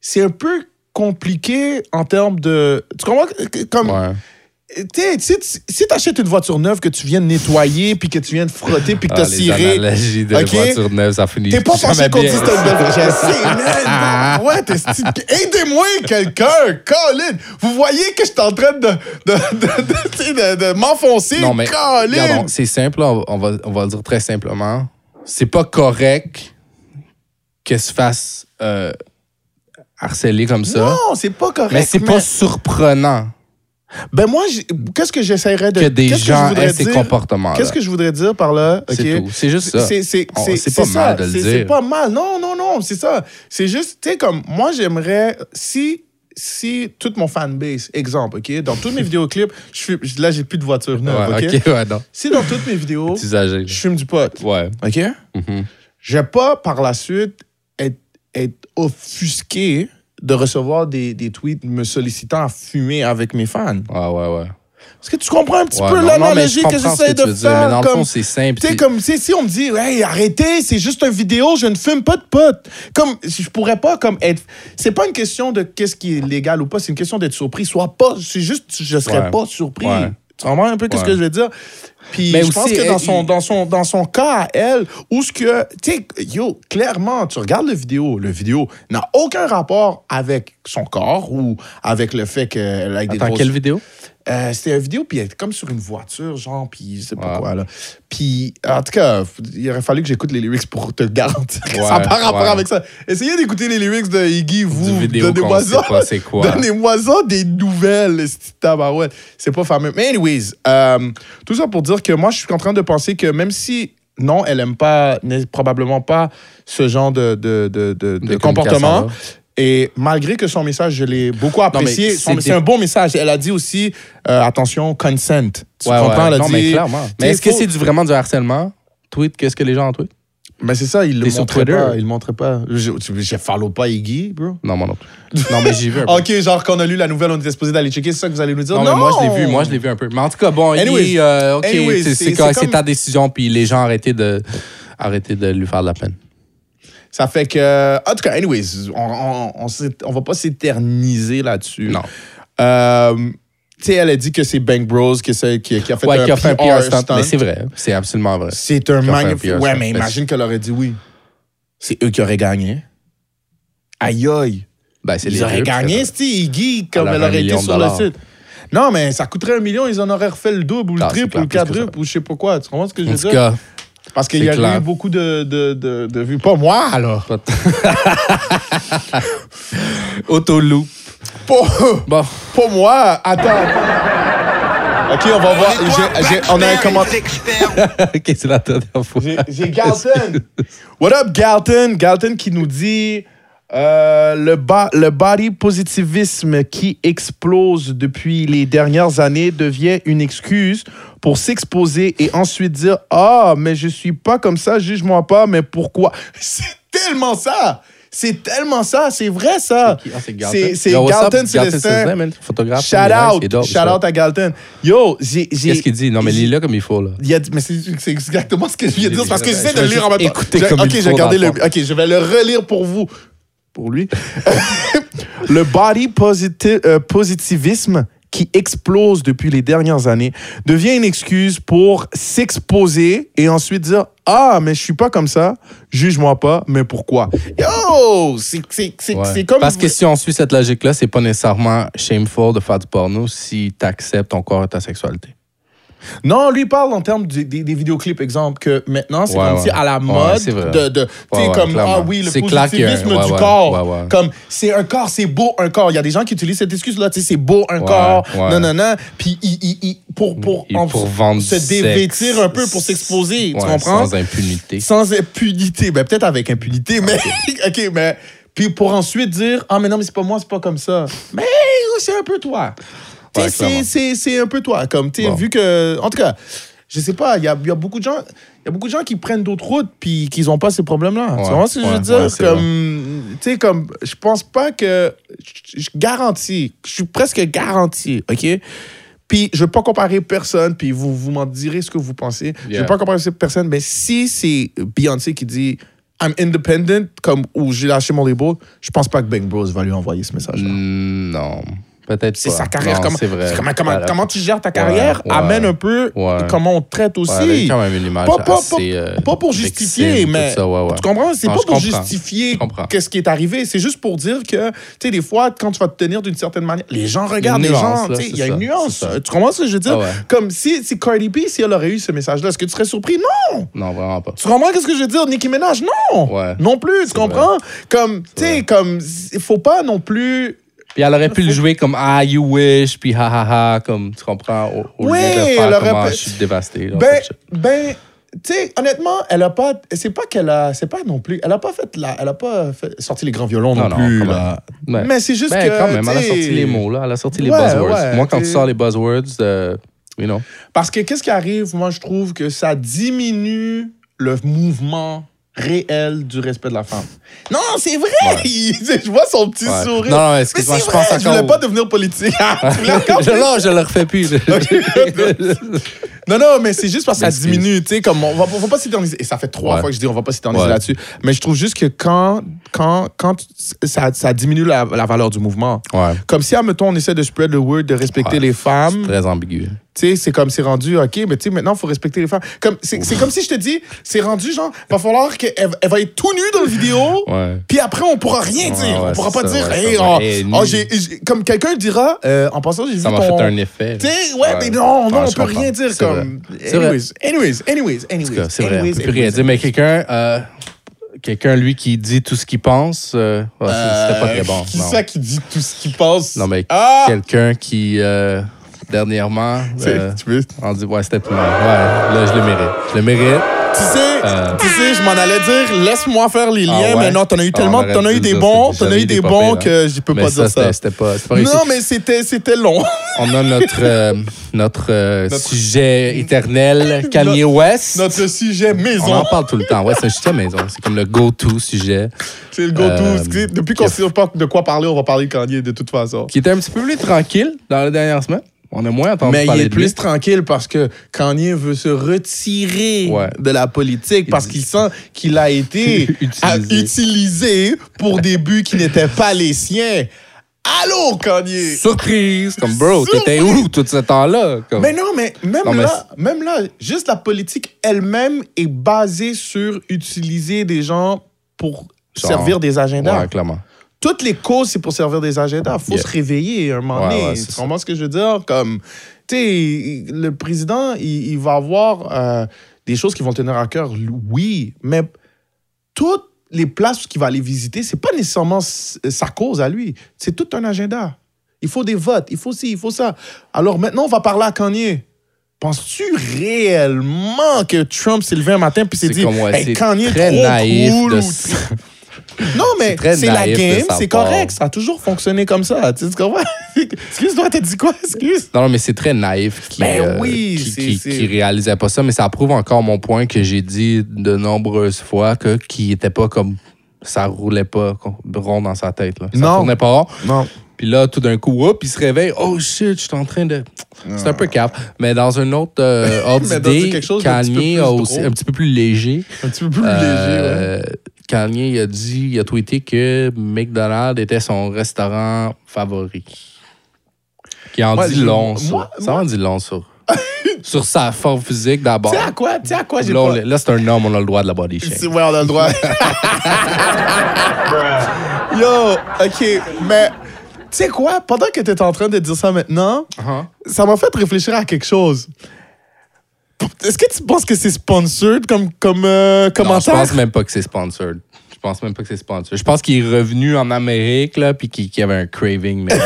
A: c'est un peu compliqué en termes de. Tu comprends? Comme,
B: Ouais.
A: tu sais, si tu- si t'achètes une voiture neuve que tu viens de nettoyer, puis que tu viens de frotter, puis que
B: Ah,
A: t'as
B: les
A: ciré.
B: analogies de
A: Ok.
B: voiture neuve, ça finit
A: T'es pas
B: jamais
A: pensé qu'on
B: bien.
A: dise que t'as une belle voiture. Je sais, man. Ouais, t'es sti- Aidez-moi, quelqu'un, Colin. Vous voyez que je suis en train de, de, de, de- tu sais, de- de m'enfoncer,
B: Non, mais
A: Colin.
B: regardons, c'est simple, on, on va, on va le dire très simplement. C'est pas correct qu'elle se fasse euh, harceler comme ça.
A: non, c'est pas correct.
B: mais c'est pas surprenant
A: Ben moi, j'ai- qu'est-ce que j'essaierais de...
B: que des
A: qu'est-ce je
B: gens
A: voudrais
B: aient ces
A: dire-
B: comportements-là.
A: Qu'est-ce que je voudrais dire par là? ok?
B: C'est tout. C'est juste ça.
A: C'est c'est-
B: On-
A: c'est-
B: c'est pas
A: c'est
B: mal
A: ça.
B: de le
A: C'est-
B: dire.
A: C'est pas mal. Non, non, non, c'est ça. C'est juste, tu sais, comme moi, j'aimerais, si, si toute mon fanbase, exemple, OK, dans tous mes vidéoclips, je fume- là, j'ai plus de voiture neuve,
B: Ouais,
A: OK? Oh.
B: ok, ouais, non.
A: Si dans toutes mes vidéos,
B: Tu exagères.
A: je fume du pot,
B: Ouais.
A: OK?
B: Mhm.
A: Je vais pas, par la suite, être, être offusqué de recevoir des, des tweets me sollicitant à fumer avec mes fans.
B: Ouais, ouais, ouais.
A: Est-ce que tu comprends un petit
B: Ouais,
A: peu
B: non, non, mais
A: l'analogie
B: je
A: que
B: comprends ce
A: j'essaie
B: que tu
A: de
B: veux dire, mais
A: faire?
B: dans le
A: Comme,
B: fond, c'est simple.
A: tu sais,
B: puis-
A: comme si, si on me dit, hey, arrêtez, c'est juste une vidéo, je ne fume pas de potes. Comme, je pourrais pas, comme, être. C'est pas une question de qu'est-ce qui est légal ou pas, c'est une question d'être surpris. Soit pas, c'est juste, je serais
B: Ouais.
A: pas surpris.
B: Ouais.
A: Tu comprends un peu qu'est-ce
B: Ouais.
A: que je veux dire? Puis,
B: Mais
A: je
B: aussi,
A: pense que
B: elle,
A: dans son,
B: il-
A: dans, son, dans son cas à elle, où ce que. Tu sais, yo, clairement, tu regardes le vidéo, le vidéo n'a aucun rapport avec son corps ou avec le fait qu'elle a des
B: Attends,
A: grosses-
B: quelle vidéo?
A: euh, c'était une vidéo, puis elle était comme sur une voiture, genre, puis je sais pas
B: Ouais.
A: quoi, là. Puis, en tout cas, f- il aurait fallu que j'écoute les lyrics pour te garantir que ça n'a
B: Ouais,
A: pas rapport
B: ouais.
A: avec ça. Essayez d'écouter les lyrics de Iggy, vous,
B: du vidéo
A: donnez-moi
B: qu'on sait
A: ça.
B: pas c'est quoi.
A: Donnez-moi ça des nouvelles, esti de tabarouette. C'est pas fameux. Mais anyways, euh, tout ça pour dire que moi, je suis en train de penser que même si, non, elle aime pas, n'est probablement pas ce genre de, de, de, de- de
B: De
A: comportement,
B: communication-là.
A: et malgré que son message, je l'ai beaucoup
B: mais
A: apprécié, son-
B: c'est
A: c'est
B: des-
A: un bon message. Elle a dit aussi, euh, attention, consent. Tu
B: Ouais,
A: comprends?
B: ouais.
A: Elle a
B: Non,
A: dit,
B: mais clairement.
A: t'sais,
B: Mais est-ce que
A: faut-
B: c'est du- vraiment du harcèlement? Tweet, qu'est-ce que les gens ont tweet?
A: Mais c'est ça, il le
B: T'es sur
A: montrait
B: Twitter?
A: pas. Il le montrait pas. Je, tu- je follow pas Iggy, bro.
B: Non, moi non plus. Non, mais j'y vais un peu.
A: Ok, genre, quand on a lu la nouvelle, on était supposé d'aller checker, c'est ça que vous allez nous dire?
B: Non, mais moi, je l'ai vu, moi, je l'ai vu un peu. Mais en tout cas, bon, il-
A: Anyways.
B: euh, OK,
A: Anyways,
B: c'est-
A: c'est-
B: c'est correct,
A: c'est
B: c'est
A: comme-
B: ta décision, puis les gens arrêtez de, arrêtez de lui faire de la peine.
A: Ça fait que. En tout cas, anyways, on, on, on s'est- on va pas s'éterniser là-dessus.
B: Non.
A: Euh, tu sais, elle a dit que c'est Bank Bros qui, essaie- qui, qui a fait
B: ouais,
A: un,
B: qui a fait un
A: PR
B: PR stunt,
A: stunt.
B: mais c'est vrai, c'est absolument vrai.
A: C'est un
B: Qui a fait un
A: magnifique.
B: PR
A: Ouais,
B: stunt.
A: mais imagine qu'elle aurait dit oui. C'est eux qui auraient gagné. Aïe aïe.
B: Ben, c'est les
A: Ils auraient
B: deux,
A: gagné,
B: peut-être.
A: si Iggy, comme
B: Alors,
A: elle
B: un
A: aurait été
B: million de
A: sur le
B: dollars.
A: site. Non, mais ça coûterait un million, ils en auraient refait le double ou le
B: Ah, c'est
A: triple ou
B: clair,
A: le
B: plus que ça.
A: quadruple ou je sais pas quoi. Tu comprends ce que je
B: En
A: veux
B: tout
A: dire?
B: cas,
A: Parce qu'il y
B: c'est
A: a
B: clair.
A: eu beaucoup de, de, de, de vues. Pas moi, alors.
B: pas t- Autoloop.
A: Pas,
B: Bon,
A: pas moi. Attends. OK, on va voir. Bah, J'ai- j'ai- on a un commentaire.
D: commentaire.
B: ok, c'est la dernière fois.
A: J'ai- J'ai Galton. What up, Galton? Galton qui nous dit euh, le, ba- le body positivisme qui explose depuis les dernières années devient une excuse pour s'exposer et ensuite dire Ah, mais je suis pas comme ça, juge-moi pas, mais pourquoi? C'est tellement ça! C'est tellement ça, c'est vrai ça.
B: Ah, c'est
A: C'est-
B: Galton.
A: C'est
B: Yo, what's up,
A: Galton Célestin.
B: man, Photographe.
A: Shout
B: nice, il est
A: out,
B: dope,
A: shout out à Galton. Yo, j'ai. j'ai-
B: Qu'est-ce qu'il dit? Non, mais
A: j'ai-
B: lis-le comme il faut, là.
A: il y a- mais c'est c'est exactement ce que je viens de dire, c'est parce que j'essaie de
B: Je
A: le
B: vais
A: lire en même temps.
B: juste écouter
A: Je-
B: comme
A: ok,
B: il faut
A: j'ai gardé
B: dans
A: le.
B: le fond.
A: Ok, je vais le relire pour vous, pour lui. le body positi- euh, positivisme qui explose depuis les dernières années devient une excuse pour s'exposer et ensuite dire ah mais je suis pas comme ça, juge-moi pas, mais pourquoi Yo, c'est c'est- c'est-
B: Ouais.
A: c'est comme
B: Parce que si on suit cette logique-là, c'est pas nécessairement shameful de faire du porno si t'acceptes ton corps et ta sexualité.
A: Non, lui parle en termes du- des, des vidéoclips, exemple, que maintenant, c'est
B: Ouais,
A: comme
B: ouais.
A: si à la
B: Ouais,
A: mode
B: c'est vrai.
A: de. de tu sais,
B: ouais,
A: comme, ah
B: clairement.
A: oui, le
B: C'est clair qu'il y a un-
A: positivisme
B: ouais,
A: du
B: ouais,
A: corps.
B: ouais, ouais.
A: Comme, c'est un corps, c'est beau un corps. Il y a des gens qui utilisent cette excuse-là, tu sais, c'est beau un
B: Ouais,
A: corps,
B: ouais.
A: non, non, non. Puis, il- il- il- pour, pour,
B: Et
A: en-
B: pour vendre
A: se
B: du sexe.
A: dévêtir un peu, pour s'exposer, tu
B: Ouais,
A: comprends?
B: Sans impunité.
A: Sans impunité. Ben, peut-être avec
B: Ah,
A: impunité, mais. OK, mais. Puis pour ensuite dire, ah, mais non, mais c'est pas moi, c'est pas comme ça. Mais c'est un peu toi. Tu sais,
B: Ouais,
A: c'est-
B: clairement.
A: c'est c'est un peu toi. Comme, tu sais,
B: Bon.
A: vu que. En tout cas, je sais pas, il y a, il y a beaucoup de gens. Il y a beaucoup de gens qui prennent d'autres routes puis qu'ils n'ont pas ces problèmes-là.
B: Ouais,
A: tu vois ce que je veux
B: ouais,
A: dire?
B: ouais, c'est
A: comme, tu sais, comme, je pense pas que. Je je garantis, je suis presque garanti, OK? Puis je ne veux pas comparer personne, puis vous, vous m'en direz ce que vous pensez. Je ne
B: Yeah.
A: veux pas comparer cette personne, mais si c'est Beyoncé qui dit I'm independent, comme où j'ai lâché mon label, je pense pas que Bang Bros va lui envoyer ce message.
B: Non. Peut-être
A: C'est
B: pas.
A: sa carrière.
B: Mm. Non,
A: comment,
B: C'est vrai.
A: c'est comment, comment,
B: Voilà.
A: comment tu gères ta carrière
B: ouais,
A: amène un peu
B: ouais.
A: comment on te traite aussi.
B: Ouais, elle a quand même une image
A: pas, pas- pas-
B: assez, euh,
A: pas pour
B: vexée,
A: justifier,
B: tout
A: mais
B: ça, ouais, ouais.
A: tu comprends? C'est
B: Non,
A: pas
B: je
A: pour
B: comprends.
A: justifier
B: Je comprends.
A: qu'est-ce qui est arrivé. C'est juste pour dire que, tu sais, des fois, quand tu vas te tenir d'une certaine manière, les gens regardent les
B: nuance,
A: gens.
B: là,
A: tu sais,
B: c'est
A: Il y a une
B: ça,
A: nuance.
B: c'est ça.
A: Tu comprends ce que je veux dire?
B: Ah ouais.
A: Comme si, si Cardi B, si elle aurait eu ce message-là, est-ce que tu serais surpris? Non!
B: Non, vraiment pas.
A: Tu comprends qu'est-ce que je veux dire? Nicki Minaj, non!
B: Ouais.
A: Non plus, tu comprends? Comme, tu sais, comme, il faut pas non plus.
B: Puis elle aurait pu le jouer comme Ah, you wish, puis ha ha ha, comme tu comprends, au, au
A: Ouais,
B: lieu de
A: elle
B: faire
A: aurait
B: comme Ah,
A: pu-
B: je suis dévasté. là,
A: Ben,
B: cette shit.
A: ben, tu sais, honnêtement, elle a pas. C'est pas qu'elle a. C'est pas non plus. Elle a pas fait la. Elle a pas fait- sorti les grands violons non,
B: Non, non,
A: plus.
B: quand même.
A: là.
B: Ouais.
A: Mais c'est juste
B: Ben,
A: que.
B: quand même, elle a
A: t'sais,
B: sorti les mots, là. Elle a sorti les
A: Ouais,
B: buzzwords.
A: ouais,
B: Moi, quand tu
A: t'sais.
B: sors les buzzwords, euh, you know.
A: Parce que qu'est-ce qui arrive, moi, je trouve que ça diminue le mouvement réel du respect de la femme. Non, c'est vrai! je vois son petit
B: Ouais.
A: sourire.
B: Non, non,
A: Mais
B: excuse-moi,
A: c'est
B: je pense
A: vrai, Je
B: encore
A: voulais pas
B: au-
A: devenir politique. Je voulais encore
B: Je- non, je le refais plus.
A: Non, non, mais c'est juste parce que ça
B: M'excuse.
A: diminue, tu sais, comme on va, on va pas s'éterniser. Et ça fait trois
B: Ouais.
A: fois que je dis on va pas s'éterniser
B: Ouais.
A: là-dessus. Mais je trouve juste que quand, quand, quand tu- ça, ça diminue la, la valeur du mouvement.
B: ouais,
A: Comme si, admettons, on essaie de spread the word, de respecter
B: Ouais.
A: les femmes, tu
B: très ambigu.
A: sais, c'est comme c'est rendu, OK, mais tu sais, maintenant, il faut respecter les femmes. Comme, c'est, c'est comme si je te dis, c'est rendu, genre, va falloir qu'elle elle va être tout nue dans la vidéo.
B: Ouais.
A: Puis après, on pourra rien dire.
B: ouais,
A: on pourra
B: c'est
A: pas
B: ça,
A: dire,
B: ouais,
A: hey,
B: ça va.
A: oh,
B: Hey,
A: oh,
B: nue.
A: j'ai, j'ai- comme quelqu'un dira, euh, en passant, j'ai vu
B: Ça m'a
A: ton-
B: fait un effet.
A: tu
B: là.
A: sais, ouais, mais non, non,
B: Ouais,
A: on
B: je
A: peut
B: comprends.
A: rien dire
B: C'est
A: comme.
B: vrai. C'est vrai.
A: Anyways, anyways, anyways,
B: En tout
A: anyways.
B: cas, C'est vrai, on
A: anyways,
B: peut plus
A: anyways.
B: rien dire. Mais quelqu'un, euh, quelqu'un, lui, qui dit tout ce qu'il pense, euh, ouais, c'était pas
A: Euh,
B: très bon.
A: Qui
B: non.
A: ça qui dit tout ce qu'il pense?
B: Non, mais
A: Ah!
B: quelqu'un qui, euh, dernièrement,
A: C'est-
B: euh,
A: Tu veux-
B: on dit, ouais, c'était plus mal. Ouais, là, je le mérite. Je le mérite.
A: Tu sais,
B: Euh.
A: tu sais, je m'en allais dire, laisse-moi faire les liens,
B: Ah ouais?
A: mais non, t'en as eu
B: Ah,
A: tellement,
B: on aurait
A: t'en as eu
B: dû le
A: des
B: dire,
A: bons,
B: c'est-
A: t'en
B: j'en
A: as
B: ai
A: eu
B: eu
A: des
B: des pas
A: bons
B: pires, hein.
A: que je peux
B: Mais
A: pas
B: ça,
A: dire ça.
B: c'était- c'était pas, c'était pas réussi.
A: Non, mais c'était c'était long.
B: On a notre, euh, notre, euh,
A: Notre-
B: sujet éternel, Kanye West.
A: Notre sujet
B: On en
A: maison,
B: parle tout le temps. Ouais, c'est un sujet maison. C'est comme le go-to sujet.
A: c'est le go-to.
B: Euh,
A: Tu sais, Depuis qu'on sait pas de quoi parler, on va parler de Kanye de toute façon.
B: Qui était un petit peu plus tranquille dans les dernières semaines. On a moins entendu
A: Mais il
B: parler
A: est
B: de lui.
A: plus tranquille parce que Kanye veut se retirer
B: Ouais.
A: de la politique parce
B: dit-
A: qu'il sent qu'il a été
B: Utilisé.
A: à- utilisé pour des buts qui n'étaient pas les siens. Allô, Kanye?
B: Surprise! Comme, bro,
A: Surprise!
B: t'étais où tout ce temps-là? Comme-
A: Mais non, mais même
B: Non, mais
A: là, même là, juste la politique elle-même est basée sur utiliser des gens pour
B: Genre,
A: servir des agendas.
B: Ouais, clairement.
A: Toutes les causes, c'est pour servir des agendas. Faut
B: Yeah.
A: se réveiller un moment
B: Ouais,
A: donné.
B: ouais,
A: tu
B: c'est ça.
A: comprends ce que je veux dire? Comme, tu sais, le président, il, il va avoir euh, des choses qui vont le tenir à cœur, oui, mais toutes les places qu'il va aller visiter, c'est pas nécessairement s- sa cause à lui. C'est tout un agenda. Il faut des votes, il faut ci, il faut ça. Alors maintenant, on va parler à Kanye. Penses-tu réellement que Trump s'est levé un matin puis s'est
B: C'est
A: dit
B: comme, ouais,
A: Hey,
B: c'est
A: Kanye est
B: très
A: trop
B: naïf
A: cool,
B: de
A: ou-
B: s-
A: Non, mais
B: très
A: c'est la
B: naïf de
A: game,
B: sa
A: c'est
B: part.
A: correct. Ça a toujours fonctionné comme ça. Tu sais, tu comprends? Excuse-moi, t'as dit quoi? Excuse.
B: Non, non, mais c'est très naïf qui, euh,
A: Ben oui,
B: qui,
A: c'est-
B: qui-
A: c'est-
B: qui réalisait pas ça, mais ça prouve encore mon point que j'ai dit de nombreuses fois que qui était pas comme ça roulait pas rond dans sa tête. Là. Ça
A: Non.
B: tournait pas rond.
A: Non.
B: Puis là, tout d'un coup, hop, il se réveille. Oh shit, je suis en train de. C'est un peu cap. Mais dans un autre euh, ordre
A: Ah. Mais dans
B: d'idée,
A: quelque chose d'un petit peu
B: Kanye
A: plus
B: a aussi
A: drôle.
B: un petit peu plus léger.
A: Un petit peu plus léger, ouais.
B: Euh, Kanye il a dit, il a tweeté que McDonald's était son restaurant favori. Qui en
A: Moi,
B: dit
A: je-
B: long
A: moi-
B: sur. ça
A: moi-
B: en dit long sur. sur sa forme physique d'abord.
A: Tu sais à quoi? Tu sais à quoi j'ai
B: Là, on
A: pas... Uh-huh.
B: est- là, c'est un homme, on a le droit de la body
A: C'est-
B: shame.
A: Ouais, on a le droit. Yo, OK, mais tu sais quoi? Pendant que tu en train de dire ça maintenant,
B: Ah.
A: ça m'a fait réfléchir à quelque chose. Est-ce que tu penses que c'est sponsored comme, comme euh,
B: Non, je
A: commentaire?
B: pense même pas que c'est sponsored. Je pense même pas que c'est sponsored. Je pense qu'il est revenu en Amérique, là, puis qu'il qu'il avait un craving McDo.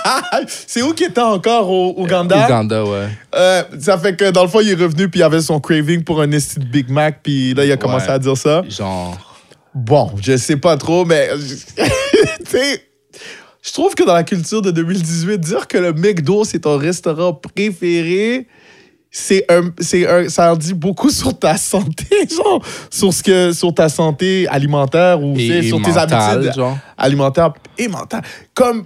A: c'est où qu'il était encore au Ouganda?
B: Ouganda, ouais.
A: Euh, ça fait que dans le fond, il est revenu puis il avait son craving pour un esti de Big Mac puis là, il a commencé
B: Ouais.
A: à dire ça.
B: Genre.
A: Bon, je sais pas trop, mais je- tu sais, je trouve que dans la culture de 2018, dire que le McDo c'est ton restaurant préféré, c'est un, c'est un, ça en dit beaucoup sur ta santé, genre sur ce que, sur ta santé alimentaire ou tu sais,
B: Et, et
A: sur tes
B: mental,
A: habitudes
B: genre.
A: alimentaires et mentales. Comme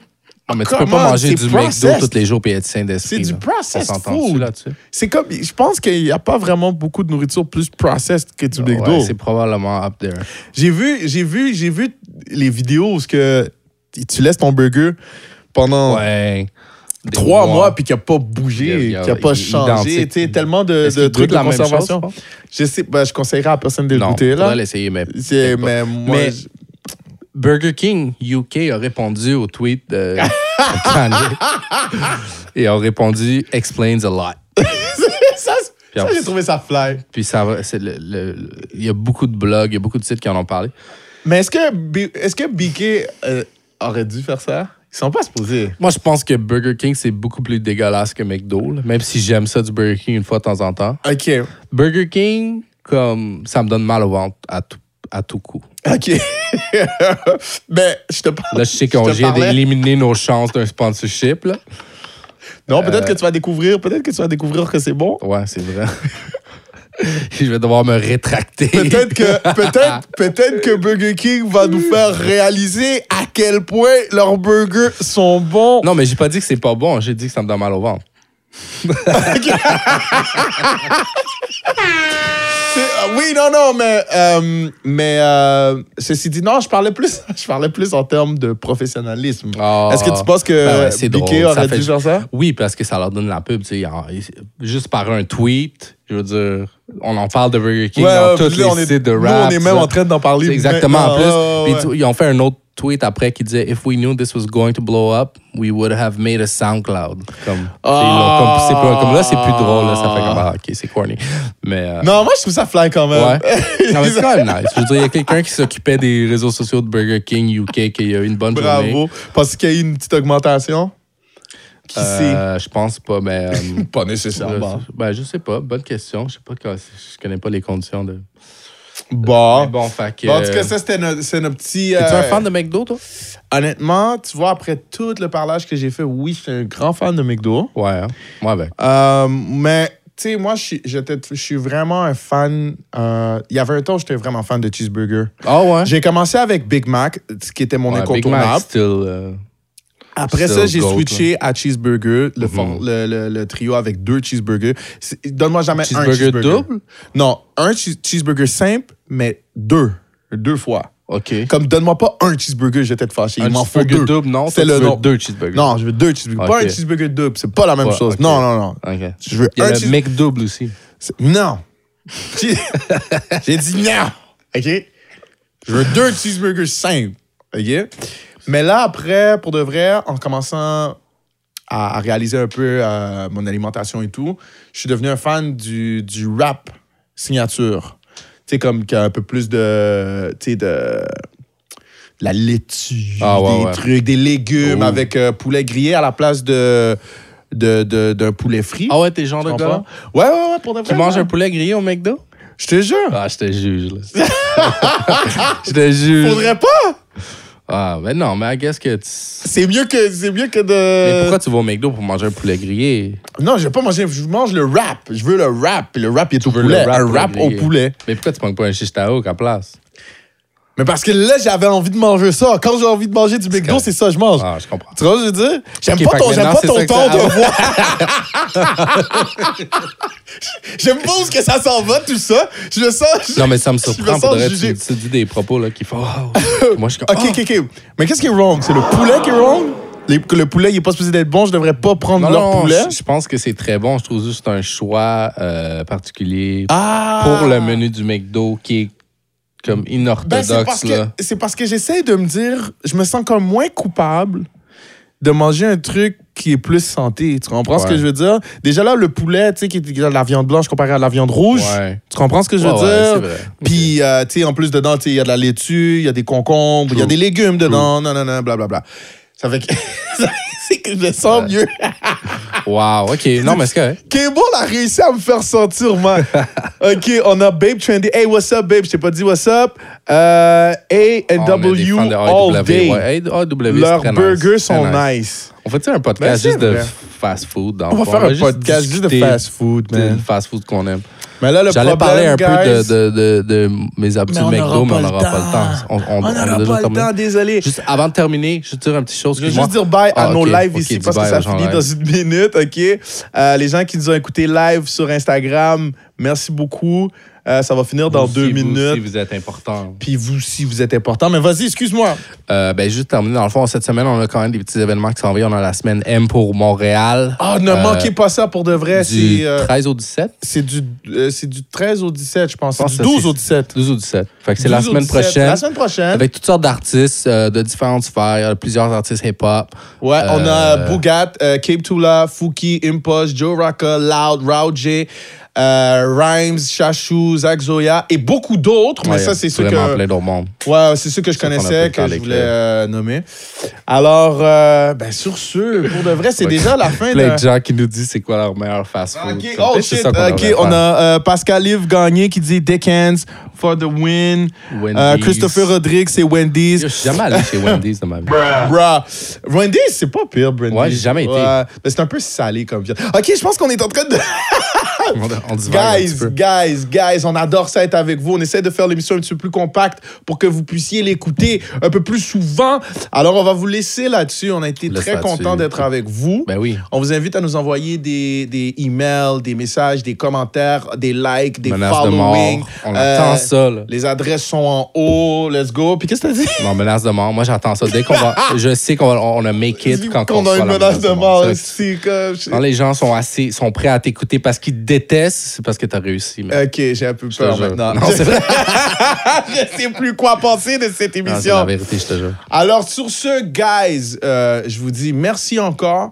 B: Ah, mais tu peux
A: Comment?
B: pas manger
A: C'est
B: du
A: processed.
B: McDo tous les jours et être sain d'esprit.
A: C'est du
B: là.
A: processed
B: On s'entend-tu
A: food.
B: là-dessus?
A: c'est comme, je pense qu'il n'y a pas vraiment beaucoup de nourriture plus processed que du McDo.
B: Ouais, c'est probablement up there.
A: J'ai vu, j'ai vu, j'ai vu les vidéos où ce que tu laisses ton burger pendant
B: Ouais. Des
A: Oh. trois mois puis qu'il n'a pas bougé,
B: Il y a-
A: qu'il n'a pas
B: il-
A: changé,
B: identique.
A: tu sais, tellement de,
B: Est-ce
A: de
B: qu'il
A: trucs
B: goûte
A: de
B: la même chose,
A: conservation.
B: je pense?
A: je sais, ben, je conseillerais à personne de le
B: non,
A: goûter
B: faudrait
A: là.
B: l'essayer, mais.
A: C'est-
B: peut-être pas.
A: mais moi,
B: Mais-
A: je-
B: Burger King UK a répondu au tweet de Kanye et a répondu explains a lot.
A: ça, c'est-
B: Puis
A: ça,
B: en-
A: j'ai trouvé ça fly.
B: Puis ça va, c'est le- le- le- il y a beaucoup de blogs, il y a beaucoup de sites qui en ont parlé.
A: Mais est-ce que, B- est-ce que BK euh, aurait dû faire ça? Ils sont pas supposés.
B: Moi, je pense que Burger King, c'est beaucoup plus dégueulasse que McDo, là, même si j'aime ça du Burger King une fois de temps en temps.
A: OK.
B: Burger King, comme ça me donne mal au ventre à tout, à tout coup.
A: OK. ben, je te parle.
B: Là, je sais
A: je te
B: qu'on vient
A: parlais.
B: d'éliminer nos chances d'un sponsorship. Là.
A: Non, peut-être que
B: euh,
A: tu vas découvrir, peut-être que tu vas découvrir que c'est bon.
B: Ouais, c'est vrai. je vais devoir me rétracter.
A: Peut-être que, peut-être, peut-être que Burger King va nous faire réaliser à quel point leurs burgers sont bons.
B: Non, mais j'ai pas dit que c'est pas bon, j'ai dit que ça me donne mal au ventre.
A: C'est- euh, oui, non, non, mais, euh, mais euh, ceci dit, non, je parlais plus, je parlais plus en termes de professionnalisme.
B: Ah.
A: Est-ce que tu penses que
B: Ben ouais, c'est
A: BK
B: drôle, ça
A: aurait
B: fait
A: dû
B: ju-
A: faire ça?
B: Oui, parce que ça leur donne la pub, tu sais, en- juste par un tweet, je veux dire, on en parle de Burger King
A: Ouais,
B: dans
A: ouais,
B: tous
A: puis là,
B: les
A: on est-
B: sites de
A: nous,
B: rap.
A: on est même
B: ça.
A: en train d'en parler
B: C'est Exactement, en
A: maintenant,
B: plus.
A: ouais, ouais,
B: Puis tu- ils ont fait un autre tweet après qui disait « If we knew this was going to blow up, we would have made a SoundCloud. » Comme,
A: Ah.
B: c'est- ils l'ont comme, c'est pas- comme là, c'est plus drôle, là, ça fait comme « Ah, OK, c'est corny. » Mais... euh,
A: Non, moi, je trouve ça fly quand même.
B: Ouais. Non, mais c'est quand même nice. Je veux dire, il y a quelqu'un qui s'occupait des réseaux sociaux de Burger King UK qui a eu une bonne journée.
A: Bravo. Parce qu'il y a eu une petite augmentation. Qui
B: Euh, je pense pas, mais. euh,
A: sait? Pas
B: euh, ben, je sais pas. Bonne question. Je sais pas. quand- Je connais pas les conditions de.
A: Bon.
B: Mais bon, fait que.
A: Bon, En tout cas, ça, c'était notre, c'est notre petit.
B: T'es-tu
A: euh,
B: un fan de McDo, toi?
A: Honnêtement, tu vois, après tout le parlage que j'ai fait, oui, je suis un grand fan de McDo.
B: Ouais, hein? moi avec.
A: Euh, mais, tu sais, moi, je suis- j'étais- je suis vraiment un fan. euh, Il y avait un temps où j'étais vraiment fan de cheeseburger.
B: Ah ouais?
A: J'ai commencé avec Big Mac, ce qui était mon
B: Ouais, Big Mac
A: incontournable.
B: still. euh,
A: Après
B: still
A: ça, j'ai
B: goat, Mhm.
A: switché à cheeseburger, le, for- le, le- le trio avec deux cheeseburgers. C'est- Donne-moi jamais un
B: Cheeseburger
A: cheeseburger.
B: double?
A: Non, un cheese- cheeseburger simple, mais deux. Deux fois.
B: OK.
A: Comme donne-moi pas un cheeseburger, j'étais de fâché.
B: Un
A: Il m'en faut
B: cheeseburger
A: deux.
B: double, non?
A: C'est
B: Toi,
A: le
B: tu veux
A: nom.
B: deux cheeseburgers.
A: Non, je veux deux cheeseburgers. Pas
B: Ok.
A: un cheeseburger double, c'est pas la même
B: Ouais,
A: chose.
B: ok.
A: Non, non, non.
B: OK.
A: Je veux
B: Il y
A: un
B: avait
A: cheese-
B: McDouble aussi.
A: C'est- Non. J'ai j'ai dit non. OK? Je veux deux cheeseburgers simples. OK? Mais là, après, pour de vrai, en commençant à, à réaliser un peu euh, mon alimentation et tout, je suis devenu un fan du, du rap signature. Tu sais, comme qu'il y a un peu plus de. Tu sais, de. de la laitue,
B: Ah, ouais, Oh.
A: des
B: ouais.
A: trucs, des légumes
B: Ouh.
A: avec euh, poulet grillé à la place de. de- de- d'un poulet frit.
B: Ah ouais, t'es le genre
A: Tu
B: de
A: comprends?
B: gars
A: Ouais, ouais, ouais, pour de vrai.
B: Tu manges
A: ouais.
B: un poulet grillé au McDo?
A: Je te jure.
B: Ah, je te juge, là. je te juge.
A: Faudrait pas.
B: Ah, ben non, mais qu'est-ce que tu.
A: C'est mieux que, c'est mieux que de.
B: Mais pourquoi tu vas au McDo pour manger un poulet grillé?
A: Non, je vais pas manger. Je mange le wrap. Je veux le wrap. Puis le wrap, il est au
B: veux
A: poulet.
B: le wrap
A: un wrap au
B: grillé.
A: poulet.
B: Mais pourquoi tu manges pas un shish taouk à place?
A: Mais parce que là, j'avais envie de manger ça. Quand j'ai envie de manger du McDo,
B: correct.
A: c'est ça que je mange.
B: Ah, je comprends.
A: Tu vois ce que je veux dire? J'aime
B: Ok,
A: pas
B: fait
A: ton,
B: que
A: j'aime
B: maintenant,
A: pas ton
B: c'est
A: ton
B: ça que
A: de
B: ça-
A: voix. j'aime pas où est-ce que ça s'en va, tout ça. Je le sens. je-
B: Non, mais ça me
A: Je
B: surprend.
A: me
B: Pour
A: sens
B: de vrai,
A: jugé.
B: tu, tu dis des propos là, qui font. Oh. Moi, je suis comme.
A: Ok, ok, ok. Mais qu'est-ce qui est wrong? C'est le poulet qui est wrong? Les- que le poulet, il est pas supposé d'être bon. Je devrais pas prendre
B: Non,
A: leur
B: non,
A: poulet.
B: je- je pense que c'est très bon. Je trouve juste un choix euh, particulier
A: Ah!
B: pour le menu du McDo qui est comme
A: Ben, c'est
B: inorthodoxe.
A: parce que,
B: là.
A: c'est parce que j'essaie de me dire, je me sens comme moins coupable de manger un truc qui est plus santé. Tu comprends ce que
B: Ouais.
A: je veux dire? Déjà là, le poulet, tu sais, qui est qui est de la viande blanche comparé à de la viande rouge.
B: Ouais.
A: Tu comprends ce que je veux
B: Ouais, ouais, c'est
A: dire?
B: vrai.
A: Puis, euh, tu sais, en plus, dedans, tu sais, il y a de la laitue, il y a des concombres, il y a
B: True.
A: des légumes dedans, non, non, non, blablabla. Ça fait que... c'est que je sens mieux.
B: Wow, ok. Non, mais c'est correct.
A: Cable a réussi à me faire sentir mal. OK, on a Babe Trendy. Hey, what's up, Babe? Je t'ai pas dit what's up. Euh,
B: On est des
A: A&W
B: Oh, fans de
A: All
B: AEW,
A: Day.
B: ouais. AEW, c'est
A: Leurs
B: très nice,
A: burgers
B: très
A: sont
B: nice.
A: nice.
B: On fait-tu un
A: Ben,
B: podcast
A: c'est
B: juste de
A: vrai.
B: fast-food? dans le
A: On va
B: fond?
A: faire un
B: juste
A: podcast juste de
B: discuter
A: fast-food,
B: de
A: man.
B: fast-food qu'on aime.
A: Mais là, le
B: J'allais
A: problème,
B: parler
A: guys,
B: un peu de, de, de, de mes habitudes McDo, mais on n'aura pas le temps.
A: On
B: a
A: n'aura
B: déjà
A: pas le
B: terminé.
A: temps, désolé.
B: Juste avant de terminer, je veux dire une petite chose.
A: Je veux
B: excuse-moi.
A: juste dire bye à
B: Ah,
A: nos
B: ok,
A: lives
B: ok,
A: ici
B: dis
A: parce que
B: bye
A: ça
B: aux gens
A: finit
B: live.
A: dans une minute, OK? Euh, les gens qui nous ont écoutés live sur Instagram, merci beaucoup. Euh, ça va finir dans
B: Vous
A: deux
B: aussi, vous
A: minutes.
B: aussi, vous êtes important.
A: Puis vous, si vous êtes important. Mais vas-y, excuse-moi.
B: Euh, ben, juste terminer, dans le fond, cette semaine, on a quand même des petits événements qui s'en viennent. On a la semaine M pour Montréal.
A: Ah, ne
B: Euh,
A: manquez pas ça pour de vrai.
B: Du
A: C'est euh,
B: 13 au 17.
A: c'est du, euh, c'est du 13 au 17, je pense.
B: Je pense
A: C'est du
B: que
A: 12
B: c'est-
A: au 17.
B: 12 au 17. Fait que c'est la
A: 12 au
B: semaine
A: 17.
B: prochaine.
A: La semaine prochaine.
B: Avec toutes sortes d'artistes euh, de différentes sphères. Il y a plusieurs artistes hip-hop.
A: Ouais, on a
B: Euh,
A: Bougat, euh, Cape Tula, Fouki, Impost, Joe Rocca, Loud, Raoul J, euh, Rhymes, Chachou, Zach Zoya et beaucoup d'autres. Mais
B: ouais,
A: ça, c'est ceux
B: Vraiment
A: que,
B: plein d'autres mondes.
A: ouais, c'est ceux que je
B: Ceux qu'on a
A: connaissais,
B: pris le
A: que
B: temps
A: je voulais
B: d'écrire.
A: euh, nommer. Alors, euh, ben, sur ce, pour de vrai, c'est
B: Ouais.
A: déjà la fin
B: Plein
A: de...
B: de gens qui nous disent c'est quoi leur meilleur fast-food.
A: Ok,
B: Comme
A: oh
B: peut-être c'est
A: shit,
B: ça qu'on
A: ok,
B: devrait
A: on
B: faire.
A: a euh, Pascal Yves Gagné qui dit Dickens for the win.
B: Wendy's.
A: Euh, Christopher Rodrigue, c'est Wendy's.
B: Yo, Je suis jamais allé chez Wendy's de ma vie.
A: Bruh. Wendy's, c'est pas pire, Wendy's.
B: Ouais, j'ai jamais été.
A: Ouais, mais c'est un peu salé comme viande. Ok, je pense qu'on est en train de.
B: On, on divague un
A: Guys,
B: petit peu.
A: guys, guys, on adore ça être avec vous. On essaie de faire l'émission un petit peu plus compacte pour que vous puissiez l'écouter un peu plus souvent. Alors, on va vous laisser là-dessus. On a été
B: Laisse
A: très
B: là-dessus.
A: content d'être avec vous.
B: Ben oui.
A: On vous invite à nous envoyer des, des emails, des messages, des commentaires, des likes, des
B: Menace de
A: following. Euh,
B: mort. On attend ça, là.
A: Les adresses sont en haut. Let's go. Puis qu'est-ce que t'as dit?
B: Non, menace de mort. Moi, j'entends ça. Dès qu'on va. Je sais qu'on va- on a make it quand
A: Qu'on
B: on
A: a une
B: reçoit la
A: menace de mort. hein,
B: Ça,
A: C'est comme...
B: Quand les gens sont assez, sont prêts à t'écouter parce qu'ils te détestent, c'est parce que t'as réussi. man.
A: Ok, j'ai un peu
B: te
A: peur
B: jure.
A: maintenant.
B: Non, c'est vrai.
A: je sais plus quoi penser de cette
B: Non, c'est la
A: émission.
B: vérité, je te jure.
A: Alors, sur ce, guys, euh, je vous dis merci encore.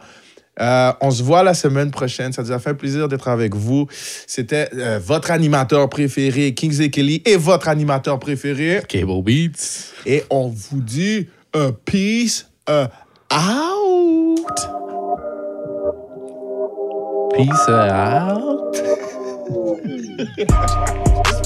A: Euh, on se voit la semaine prochaine. Ça nous a fait plaisir d'être avec vous. C'était euh, votre animateur préféré, Kings et Kelly, et votre animateur préféré.
B: Cable Beats.
A: Et on vous dit euh, peace euh, out.
B: Peace out.